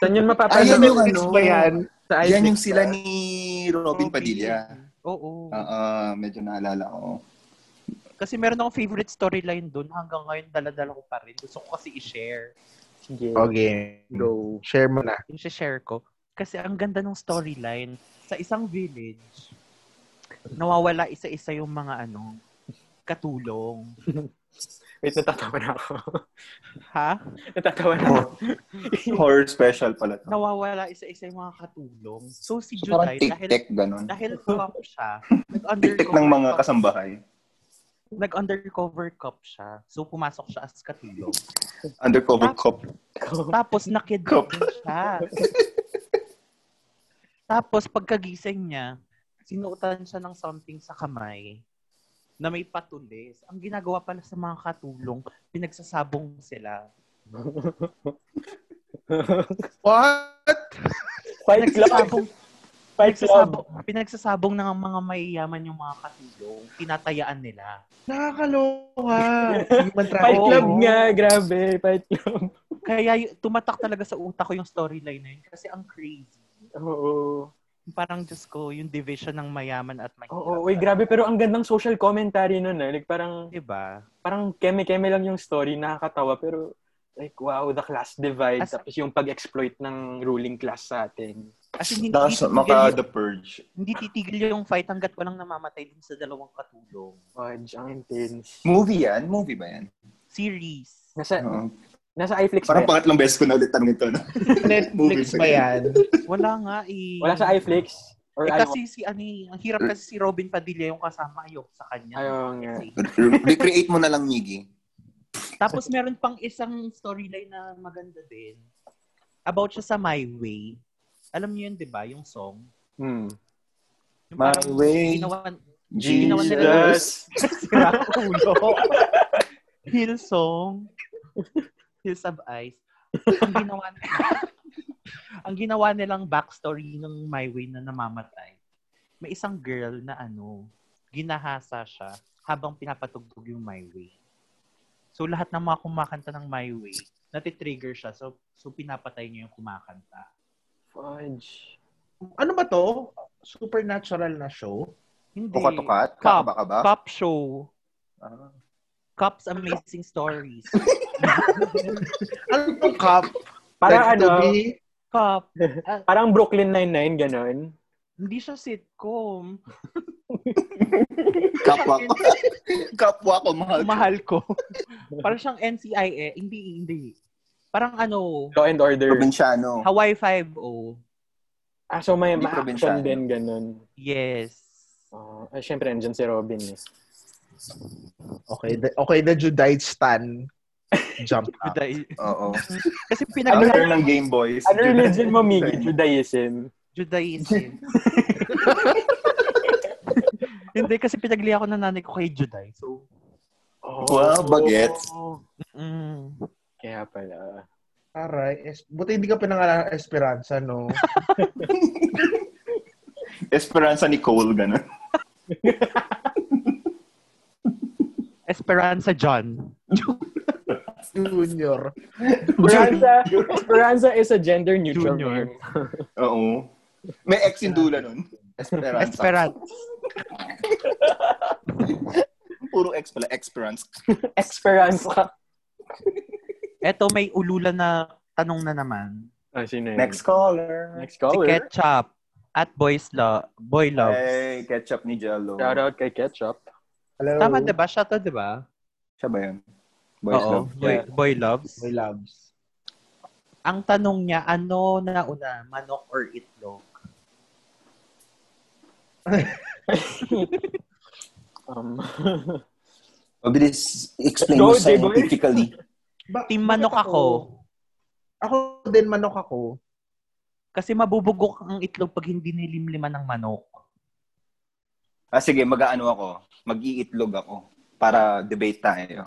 S1: Saan yun
S4: Ay,
S1: mapapanood?
S4: yan yung
S2: Netflix
S4: ano.
S2: ba yan?
S1: Sa
S4: Yan
S1: iFlix
S4: yung sila
S1: ba?
S4: ni Robin Padilla. Ah.
S5: Oo.
S4: Oo, medyo naalala ko.
S5: Kasi meron akong favorite storyline doon. Hanggang ngayon, daladala ko pa rin. Gusto ko kasi i-share.
S1: Sige.
S2: Okay.
S1: Go.
S2: Share mo na.
S5: Yung share ko. Kasi ang ganda ng storyline. Sa isang village, nawawala isa-isa yung mga ano, katulong.
S1: Wait, natatawa na ako.
S5: Ha?
S1: natatawa na ako.
S4: Horror special pala to.
S5: Nawawala isa-isa yung mga katulong. So si
S4: So, parang
S5: Juday, dahil,
S4: tic-tac, ganun.
S5: dahil cop siya,
S4: Tic-tac
S5: nag-undercover
S4: ng mga
S5: cop-
S4: kasambahay.
S5: nag-undercover cop siya. So pumasok siya as katulong.
S4: Undercover
S5: Ah.
S4: cop.
S5: Tapos nakidnap din siya. Tapos pagkagising niya, sinuotan siya ng something sa kamay na may patulis. Ang ginagawa pala sa mga katulong, pinagsasabong sila.
S2: What?
S1: Fight club.
S5: Pinagsasabong,
S1: Fight club.
S5: pinagsasabong, pinagsasabong ng mga mayayaman yung mga katulong. Tinatayaan nila.
S2: Nakakaloka. Human
S1: Fight
S2: trafficking.
S1: club
S5: Oo.
S1: nga. Grabe. Fight club.
S5: Kaya y- tumatak talaga sa utak ko yung storyline na yun kasi ang crazy.
S1: Oo.
S5: Parang Diyos ko, yung division ng mayaman at mahirap.
S1: Oo. Uy, grabe. Pero ang gandang social commentary nun. Eh. Like, parang,
S5: Diba?
S1: parang keme-keme lang yung story. Nakakatawa. Pero, like, wow, the class divide.
S5: As-
S1: Tapos yung pag-exploit ng ruling class sa atin.
S5: As in, hindi,
S4: Tapos,
S5: titigil
S4: maka
S5: yung-
S4: The Purge.
S5: hindi titigil yung fight hanggat walang namamatay dun sa dalawang katulong.
S1: Fudge, ang intense.
S4: Movie yan? Movie ba yan?
S5: Series.
S1: Nasa,
S4: Oo.
S1: nasa iFlix ba?
S4: Parang
S1: yan?
S4: pangatlong beses ko na ulit tanong ito. no?
S2: Netflix ba yan?
S5: Wala nga eh.
S1: Wala sa iFlix? Or
S5: Eh,
S1: ano?
S5: kasi si ano eh, ang hirap kasi si Robin Padilla yung kasama ayok sa kanya.
S1: Ayaw nga.
S5: Kasi-
S4: Recreate mo na lang, Miggy.
S5: Tapos meron pang isang storyline na maganda din. About siya sa My Way. Alam niyo yun, di ba? Yung song.
S1: Hmm.
S5: Yung
S4: My
S5: parang
S4: Way.
S5: Ginawan, Ginawan nila ng-
S4: Jesus.
S5: sira ang ulo. Hill song. Hills of Ice. Ang ginawa ang ginawa nilang backstory ng My Way na namamatay. May isang girl na ano, ginahasa siya habang pinapatugtog yung My Way. So lahat ng mga kumakanta ng My Way, natitrigger siya. So, so pinapatay niya yung kumakanta.
S1: Fudge.
S2: Ano ba to? Supernatural na show?
S5: Hindi.
S4: Kuka-tukat?
S5: Cop.
S4: Kakaba-kaba?
S5: Cop show.
S4: Ah.
S5: Cop's Amazing Stories.
S2: Ano to, Cup?
S1: Parang
S2: Like, to
S1: ano,
S2: be?
S5: Cop.
S1: parang Brooklyn Nine-Nine, ganun.
S5: Hindi siya sitcom.
S4: Kapwa ko. Kapwa ko, mahal. ko.
S5: Mahal ko. Parang siyang
S3: eh.
S5: NCIA. Hindi, hindi. Parang ano,
S1: Law and Order.
S4: Probinsyano.
S5: Hawaii 5-0.
S1: Ah, so may
S4: Hindi
S1: ma-action
S4: probinsyano.
S1: din, ganun.
S5: Yes.
S1: Oh, eh, syempre, andyan si Robin. Eh.
S2: Okay, the, okay, the Judite Stan jump up.
S5: Juday.
S4: Oo.
S5: Kasi
S4: Ang
S5: pinag
S4: turn ng Game Boys.
S1: Ano religion mo, Miggy? Judaism.
S5: Judaism. Hindi, kasi pinagli ako ng nanay ko kay Juday. So,
S1: Oh,
S4: Wow, bagets.
S5: mm,
S1: Kaya pala.
S2: Aray, es- buti hindi ka pinangalan ng Esperanza, no?
S4: Esperanza ni Cole, gano'n.
S5: Esperanza John.
S2: Junior.
S1: Esperanza, Esperanza is a gender-neutral
S5: Junior.
S1: name.
S4: Oo. May ex in dula nun. Esperanza.
S5: Esperanza.
S4: Puro ex pala. Esperanza.
S1: Esperanza.
S3: Eto, may ulula na tanong na naman.
S1: Ah, sino yun?
S4: Next caller.
S1: Next
S3: Si
S1: caller.
S3: Ketchup at Boys Lo- Boy Loves.
S4: Hey, ketchup ni Jello.
S1: Shout out kay Ketchup.
S2: Hello.
S3: Tama, diba? di ba? Siya to, di ba?
S4: Siya ba yan? Boys
S3: Oo.
S4: Love.
S3: Boy, Boy Loves.
S2: My loves.
S3: Ang tanong niya, ano na una, manok or itlog?
S1: Um,
S4: Mabilis explain
S1: Go,
S4: mo
S1: Jay Boy.
S4: scientifically.
S2: Ba-
S3: Team manok
S2: bakit
S3: ako.
S2: Ako din manok ako.
S3: Kasi mabubugok ang itlog pag hindi nilimliman ng manok.
S4: Ah, sige, mag-ano ako. Mag-iitlog ako. Para debate tayo.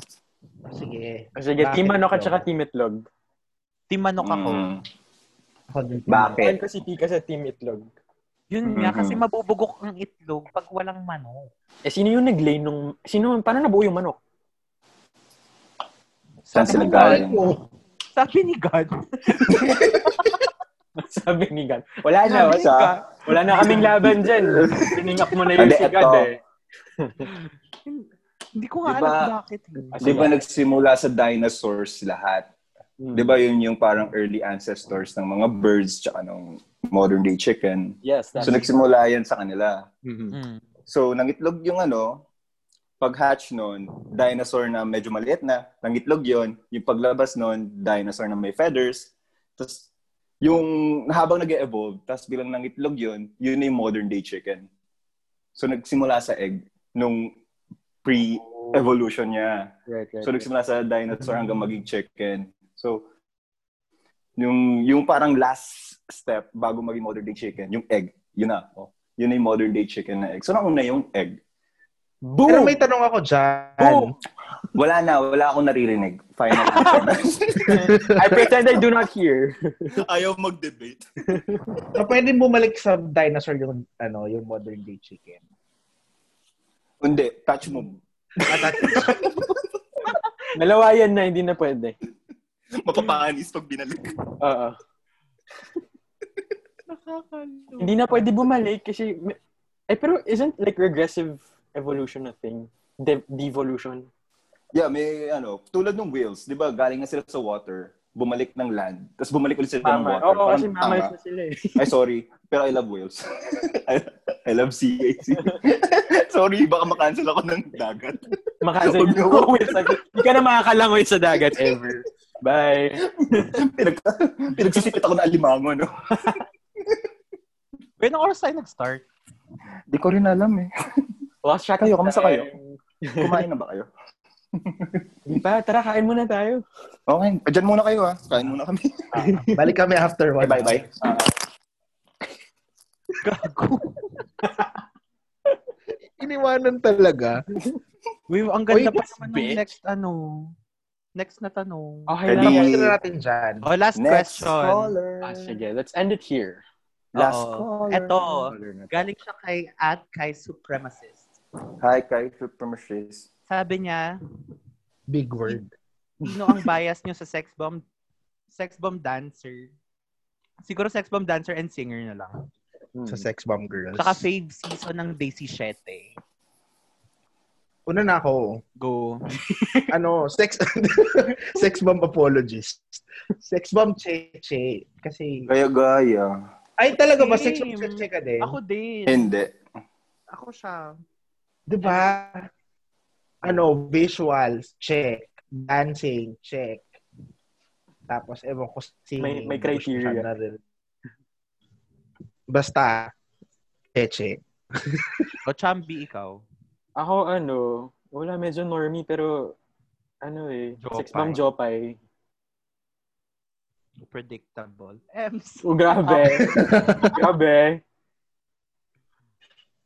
S2: Sige.
S1: sige,
S2: Bakit
S1: Team Manok at
S2: ito?
S1: saka Team Itlog.
S3: Team manok ako.
S4: Mm.
S2: Ako din.
S4: Bakit?
S1: Ayan ko si Tika sa Team Itlog.
S3: Yun nga,
S4: Mhm.
S3: kasi mabubugok ang itlog pag walang manok.
S1: Eh, sino yung nag-lay nung... Sino, paano nabuo yung manok?
S4: Saan sila galing?
S3: Sabi ni God.
S1: Sabi ni God. Wala na, wala,
S4: Sa-
S1: wala na kaming laban dyan. Piningap mo na yung
S4: Hindi,
S1: si
S4: eto.
S1: God eh.
S3: Hindi ko nga
S4: Diba-
S3: alam bakit. eh.
S1: Ah,
S4: Di ba
S1: sige.
S4: nagsimula sa dinosaurs lahat?
S1: Hmm.
S4: Di ba yun yung parang early ancestors ng mga birds tsaka ng modern day chicken?
S1: Yes, that's
S4: So nagsimula yan sa kanila.
S1: Mhm.
S3: Mm.
S4: So nangitlog yung ano, pag-hatch nun, dinosaur na medyo maliit na, nangitlog yon Yung paglabas nun, dinosaur na may feathers. Tapos yung habang nag evolve tapos bilang nangitlog yon yun na yung modern day chicken. So nagsimula sa egg nung
S3: Mm.
S4: pre-evolution niya.
S1: Right, right,
S4: So
S1: right.
S4: nagsimula sa dinosaur hanggang maging chicken. So yung yung parang last step bago maging modern day chicken, yung egg. Yun na. Oh. Yun na yung modern day chicken na egg. So nauna yung egg. Oh!
S1: Boom!
S2: Pero may tanong ako dyan.
S1: Boom!
S4: Wala na, wala akong naririnig. Finally.
S1: I pretend I do not hear.
S4: Ayaw mag-debate.
S2: So, pwede bumalik sa dinosaur yung ano yung modern day chicken.
S4: Hindi, touch move.
S1: Nalawayan na, hindi na pwede.
S4: Mapapanis pag binalik.
S1: Oo. Hindi na pwede bumalik kasi... may- Eh, pero isn't like regressive evolution a thing? De- devolution?
S4: Yeah, may ano, tulad ng whales, 'di ba? Galing na sila sa water, bumalik ng land, tapos bumalik ulit sila ng
S1: Mama.
S4: water.
S1: Oo, kasi
S4: Parang
S1: mama
S4: tanga.
S1: na sila eh.
S4: Ay, sorry. Pero I love Wales. I, I love CAC. sorry, baka makancel ako ng dagat.
S1: Makancel
S4: Huwag na
S1: yung
S4: huwag.
S1: Wales. Hindi ka na makakalangoy sa dagat ever. Bye.
S4: Pinag, pinagsisipit ako ng alimango, no?
S3: Pero nung oras tayo nag-start,
S4: Di ko rin alam eh.
S1: Lost track
S4: Kayo,
S1: of
S4: kamusta
S1: time.
S4: Kumain na ba kayo?
S1: Di pa, tara, kain muna tayo.
S4: Okay, dyan muna kayo ah. Kain muna kami.
S2: Balik kami after one.
S4: Bye-bye.
S2: Iniwanan talaga.
S3: Uy, ang ganda
S2: Uy,
S3: pa naman ng
S1: bitch.
S3: next ano. Next na tanong.
S1: Okay
S4: Ready?
S1: lang.
S2: Tapos na natin dyan.
S3: Oh, last
S4: Next
S3: question.
S4: caller.
S1: Ah, sige, let's end it here.
S4: Last
S3: Oo.
S4: caller.
S3: Eto. Galing siya kay at kay Supremacist.
S4: Hi, Kai Supremacist.
S3: Sabi niya,
S2: Big word.
S3: sino ang bias niyo sa sex bomb sex bomb dancer? Siguro sex bomb dancer and singer na lang.
S1: Hmm.
S2: Sa
S3: Mm.
S2: sex bomb girls.
S3: Saka fave season ng Daisy Shete.
S2: Una na ako.
S3: Go.
S2: Ano, sex sex bomb apologist. Sex bomb cheche. Kasi,
S4: Gaya-gaya.
S2: ay talaga ba, sex bomb
S3: Same.
S2: cheche ka din?
S3: Ako din.
S4: Hindi.
S3: Ako siya.
S2: Di ba? Ano, visuals, check. Dancing, check. Tapos, ewan ko,
S1: May-
S2: singing.
S1: may criteria.
S2: Sana rin. Basta, cheche.
S3: O Oh, Chambi, ikaw.
S1: Ako, ano, wala, medyo normie, pero, ano eh,
S3: Jopay.
S1: sex bomb jopay.
S3: Predictable. Ems.
S1: Oh, grabe. grabe.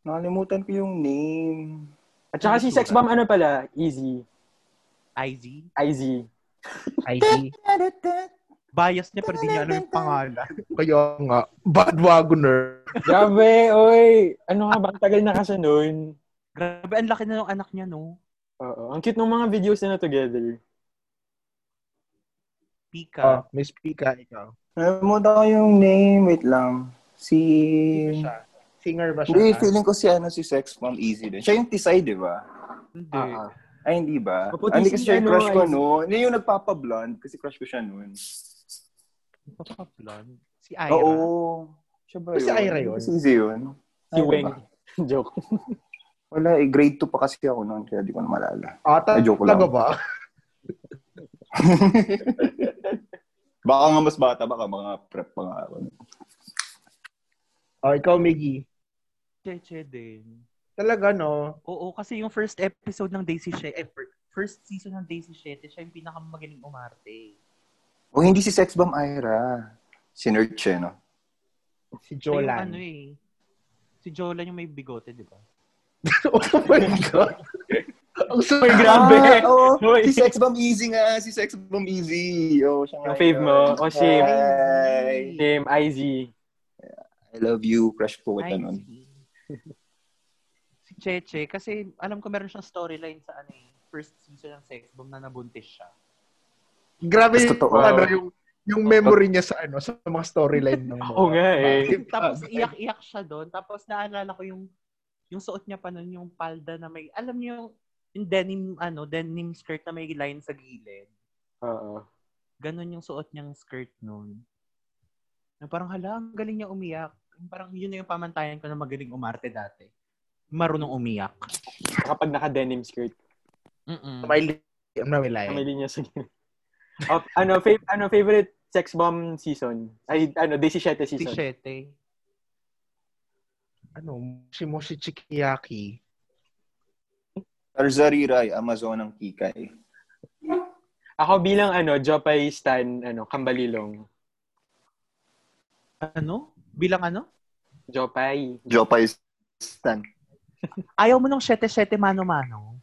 S4: Nakalimutan ko yung name.
S1: At saka si Sex Bomb, ano pala? Easy.
S5: IZ?
S1: IZ.
S2: IG.
S5: Bias niya, pero di niya alam yung pangalan.
S2: Kaya nga, bad wagoner.
S1: Grabe, oy! Ano nga, bakit tagal na kasi noon?
S5: Grabe, ang laki na ng anak niya, no?
S1: Oo. Ang cute ng mga videos nila together.
S5: Pika.
S4: Ah.
S2: Uh, Miss Pika, ikaw.
S4: Nakalimutan ko yung name. Wait lang. Si...
S2: Sino siya? Singer ba siya?
S4: Hindi, feeling ko si, ano, si Sex Bomb Easy din. Siya yung Tisay, di ba?
S5: Hindi.
S2: Ah, ah.
S4: Ay, hindi ba?
S1: Maputi
S4: Ah, hindi
S1: si
S4: kasi siya yung
S1: ano,
S4: crush ko
S1: ay-
S4: noon. Hindi yung nagpapa-blonde kasi crush ko siya noon.
S5: Papaplan. Si Ira.
S4: Oo. Siya ba
S2: Basta Ira yun.
S4: Si Easy yun.
S1: Si
S4: Ira
S1: Weng.
S4: ba?
S1: diba? Joke.
S4: Wala, eh, grade 2 pa kasi ako noon, kaya di ko na malala.
S2: Ata,
S4: Ay, joke lang.
S2: Ah, talaga ba?
S4: Baka nga mas bata, baka mga prep pa nga ako.
S2: Oh, ikaw, Miggy.
S5: Cheche din.
S2: Talaga, no?
S5: Oo, kasi yung first episode ng Daisy Shete, eh, fir- first season ng Daisy Shete, siya yung pinakamagaling umarte.
S4: O hindi si Sex Bomb Ira. Si Nurche, no?
S2: Si
S5: Siya yung
S2: Jolan.
S5: ano eh. Si Jolan yung may bigote, di ba?
S2: oh my God. Ang super
S1: Grabe.
S4: Ah, oo.
S1: Hoy.
S4: Si Sex Bomb Easy nga. Si Sex Bomb Easy. Oh, siya nga
S1: Yung fave
S4: yun.
S1: mo. O, si
S4: Hi.
S1: Same, IZ.
S4: I love you. Crush ko kita
S5: Ay,
S4: nun.
S5: si- si Cheche, kasi alam ko meron siyang storyline sa ano eh, first season ng Sex Bomb na nabuntis siya.
S2: Grabe
S4: Mas
S2: yung,
S4: totoo.
S2: ano, yung, yung memory niya sa ano sa mga storyline ng mga-
S1: Oo nga eh.
S5: Tapos iyak-iyak siya doon. Tapos naalala ko yung yung suot niya pa noon yung palda na may alam niyo yung, yung denim ano, denim skirt na may line sa
S4: Diba?
S5: gilid.
S1: Oo.
S5: Ganon yung suot niyang skirt noon. Na parang hala, ang galing niya umiyak. Parang yun na yung pamantayan ko na magaling umarte dati. Marunong umiyak.
S1: Kapag naka-denim skirt.
S5: Mm-mm.
S2: May li- I'm not will lie.
S1: May linya sa gilid. O, ano, fav- ano, favorite sex bomb season? Ay, ano, Daisy Shete
S5: Si
S1: season.
S5: Shete.
S2: Ano, si Moshi Chikiyaki.
S4: Tarzariray, Amazon ng Kikay.
S1: Ako bilang, ano, Jopay Stan, ano, Kambalilong.
S5: Ano? Bilang ano?
S1: Jopay.
S4: Jopay Stan.
S5: Ayaw mo nung Shete-Shete mano-mano?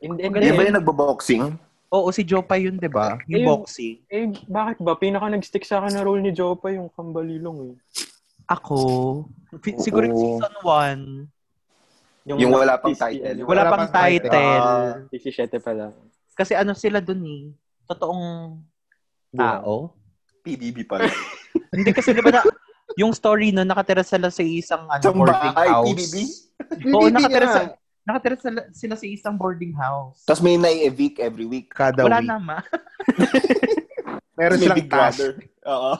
S1: And, and,
S4: Di
S1: and,
S4: ba yung nagbaboxing?
S5: Oo, si Jopa yun, di ba? Yung
S1: Ayun.
S5: boxing.
S1: eh, bakit ba? Pinaka nag-stick sa akin na role ni Jopay yung Kambalilong eh.
S5: Ako, fi- siguro yung
S4: Oo.
S5: season 1,
S4: Yung wala pang title.
S5: Wala,
S2: Wala
S5: pang
S2: pang title. Ah.
S5: title.
S1: Daisy Shete pala.
S5: kasi ano sila dun eh. Totoong tao.
S4: PBB pala.
S5: Hindi kasi diba na, yung story nun, nakatira sila sa isang ano,
S4: Isang
S5: boarding
S4: bahay,
S5: house.
S4: PBB.
S5: Oo,
S2: Hindi
S5: nakatira
S2: nga.
S5: sa, nakatira sila, sila sa isang boarding house.
S4: Tapos may nai-evict every week.
S2: Kada
S5: Wala
S2: week.
S5: naman.
S2: eh. Meron
S4: May
S2: silang
S4: Big
S2: task.
S4: Brother. Oo.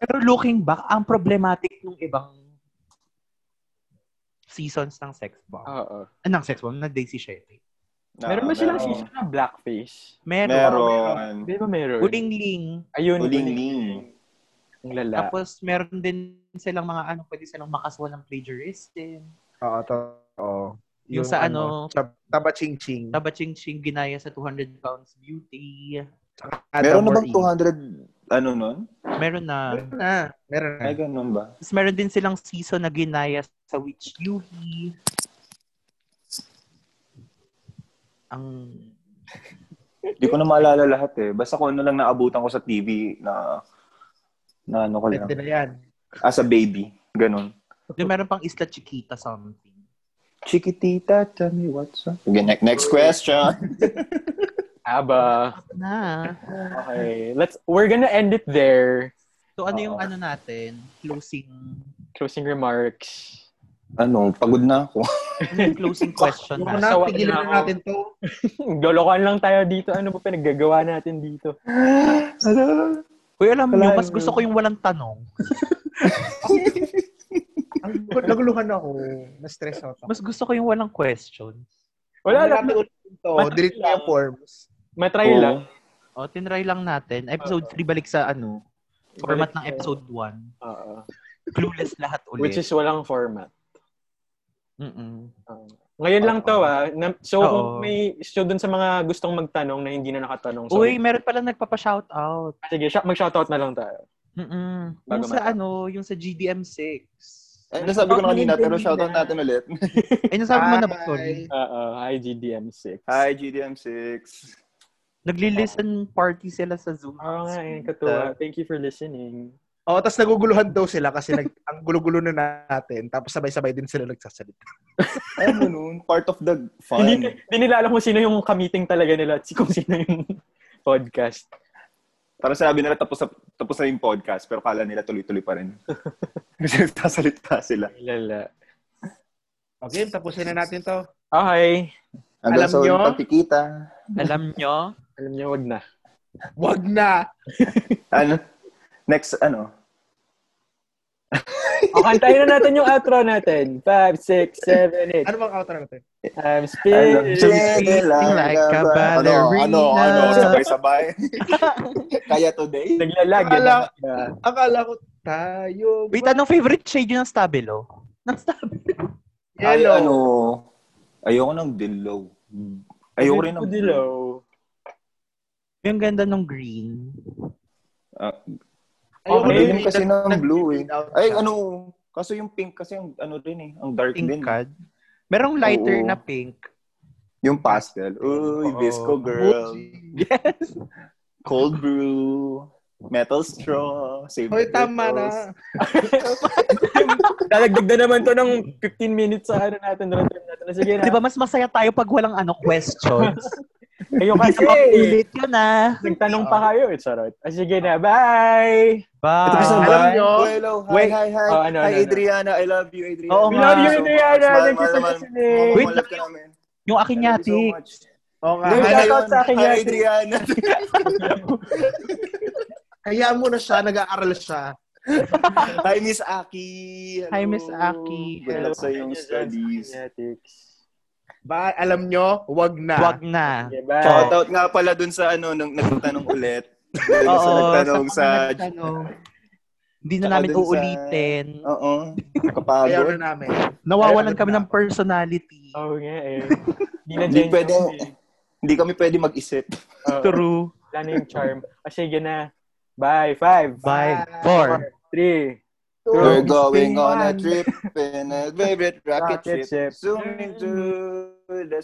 S5: Pero looking back, ang problematic ng ibang seasons ng sex bomb.
S1: Oo.
S5: Ah, ng sex bomb, na Daisy Shetty.
S1: Meron ba silang season na blackface?
S5: Meron.
S4: Ah, Meron.
S1: Di ba meron?
S5: Ulingling.
S1: Ayun.
S4: Ulingling.
S1: Ang lala.
S5: Tapos meron din silang mga ano, pwede silang makasuhan ng plagiarism.
S2: Oo, totoo.
S5: Yung sa ano-
S2: tab- Taba Ching Ching.
S5: Tabaching-ching ginaya sa 200 pounds beauty.
S4: Meron na bang
S2: Adam Morin.
S4: 200 ano nun?
S5: Meron na.
S2: Meron na. Meron na.
S4: Ay, ganun ba?
S5: Tapos meron din silang season na ginaya sa Witch Yuhi. Ang...
S4: Hindi ko na maalala lahat eh. Basta kung ano lang naabutan ko sa TV na na ano ko lang.
S2: Pwede na yan.
S4: As a baby. Ganun.
S5: Di, meron pang Isla Chiquita something.
S4: Chiquitita, tell me what's up. Again, ne- next question.
S1: Aba.
S5: Na.
S1: Okay. Let's, we're gonna end it there.
S5: So ano yung
S4: Oo.
S5: ano natin? Closing...
S1: Closing remarks.
S4: ano, pagod na ako.
S5: Ano yung closing question
S2: Huwag
S5: natin?
S2: na,
S1: Sawa
S2: pigilan
S1: na
S2: na
S1: ako.
S2: natin to.
S1: Lolokohan lang tayo dito. Ano ba pinaggagawa natin dito?
S5: Uy, alam nyo,
S4: Wala,
S5: mas gusto ko yung walang tanong.
S2: Ang naguluhan ako. Na-stress out ako.
S5: Mas gusto ko yung walang question.
S1: Wala lang.
S2: natin ulitin to.
S1: Matapos
S2: Delete na yung
S1: lang.
S2: forms.
S1: Matry
S4: Oo.
S1: lang.
S5: O, tinry lang natin. Episode 3, balik sa ano, format ng episode 1.
S1: Oo.
S5: Clueless lahat ulit.
S1: Which is walang format.
S5: Mm-mm.
S1: Oo. Ngayon lang to
S5: Oo.
S1: ah. Na- so kung
S5: Oo.
S1: may so dun sa mga gustong magtanong na hindi na nakatanong. So,
S5: Uy, meron pala nagpapa-shoutout.
S1: sige, shout- mag-shoutout na lang tayo.
S5: Mm-mm. Yung
S1: Bago
S5: sa
S1: matapos.
S5: ano, yung sa GDM6.
S4: Eh, nasabi ko na kanina, pero shoutout natin ulit.
S3: Ay, Eh, nasabi mo na ba?
S2: Hi.
S3: Sorry.
S1: Oo, hi GDM6.
S4: Hi, GDM6.
S3: Nagli-listen party sila sa Zoom.
S1: Oo nga eh, katuwa. Thank you for listening.
S2: Oo, tapos naguguluhan daw sila kasi nag, ang gulo-gulo na natin. Tapos sabay-sabay din sila nagsasalita.
S4: Alam mo Ano nun, part of the fun.
S1: Hindi, hindi nila alam kung sino yung kamiting talaga nila at kung sino yung podcast.
S4: Parang sinabi nila tapos na, tapos na yung podcast, pero kala nila tuloy-tuloy pa rin. Kasi sasalita sila.
S1: Lala.
S2: Okay, tapusin na natin to.
S1: Okay.
S4: Hanggang
S2: Alam
S4: sa
S2: nyo?
S4: uling pagkikita.
S3: Alam nyo,
S1: Alam niyo, wag na.
S2: Wag na!
S4: Ano? Next, ano?
S1: O, kantahin na natin yung outro natin. 5, 6, 7, 8.
S2: Ano bang outro natin?
S1: I'm
S4: Ano?
S1: spinning.
S3: like a
S4: Ano, ano, ano,
S3: ballerina.
S4: sabay-sabay. Kaya today?
S1: Naglalag. yun.
S2: Akala-
S1: Ah,
S2: Akala ko tayo.
S3: Wait, anong favorite shade yun ng stabilo? Ng stabilo?
S4: Ay,
S2: Yellow.
S4: ano, ayoko ng dilaw. Ayoko rin ng
S1: Dilaw.
S3: Yung ganda nung green.
S2: Ayoko
S1: Okay.
S2: na
S4: Ayoko kasi ng blue eh.
S2: Out
S4: Ay,
S2: siya.
S4: ano, kaso yung pink kasi ang ano rin eh, ang dark
S3: Pink
S4: din.
S3: card. Merong lighter
S4: Oo.
S3: na pink.
S4: Yung pastel. Uy,
S3: Oo.
S4: Visco Girl.
S3: Yes.
S4: Cold Brew. Metal Straw. Save
S2: Hoy,
S4: the
S2: tama na.
S4: Turtles.
S1: Dadagdag na naman to ng 15 minutes sa ano natin. Run time natin. Sige na.
S3: Di ba mas masaya tayo pag walang ano questions?
S1: Kayo kasi.
S3: Mapilit yun ah.
S1: Nagtanong pa kayo. It's alright. Ah, sige na. Bye!
S5: Ah,
S4: Ito kasi
S3: Bye.
S2: Alam
S4: ba?
S2: nyo?
S4: Hello, hi,
S1: Wait.
S4: hi, hi.
S1: Oh, ano,
S4: hi,
S1: ano, ano.
S4: Adriana. I love you, Adriana.
S3: Oo
S1: We
S3: nga.
S1: love you,
S4: so
S1: Adriana. Thank
S4: much.
S1: you for
S4: Mahal, mahal,
S1: listening.
S4: mahal
S3: Wait lang.
S4: ka namin.
S3: Yung aking
S4: I love you so
S3: yati.
S4: much.
S2: Oo nga.
S1: Hindi,
S4: Hi,
S1: Shout out
S4: Leon.
S1: sa akin,
S4: Hi,
S1: yati.
S4: Adriana.
S2: Hayaan mo na siya, nag-aaral siya.
S4: Hi, Miss Aki. Hello.
S3: Hi, Miss Aki.
S4: Good luck sa iyong
S1: Ganyan dyan
S4: studies.
S1: sa kinetics.
S2: Ba, alam nyo, wag na.
S3: Wag na.
S1: Okay, bye.
S4: Shout out nga pala dun sa ano, nung nagtanong ulit. Dun sa nagtanong sa...
S3: mga nagtanong. Hindi na
S4: Tsaka
S3: namin
S4: dun sa-
S3: uulitin.
S4: Oo.
S2: Ayaw na
S4: Kapagod.
S2: namin.
S3: Nawawalan
S2: Ayaw
S3: kami
S2: na.
S3: ng personality.
S1: Oo nga eh. Hindi na
S4: Hindi
S1: genuine
S4: pwede,
S1: eh.
S4: hindi kami pwede mag-isip.
S1: Oo.
S3: True.
S1: Wala na yung charm. O sige na. Bye. Five.
S3: Bye. Four.
S1: Three.
S4: We're
S1: two,
S4: going on a
S2: Pinggan.
S4: trip in a favorite rocket
S1: Rocket ship.
S4: ship. Zooming to the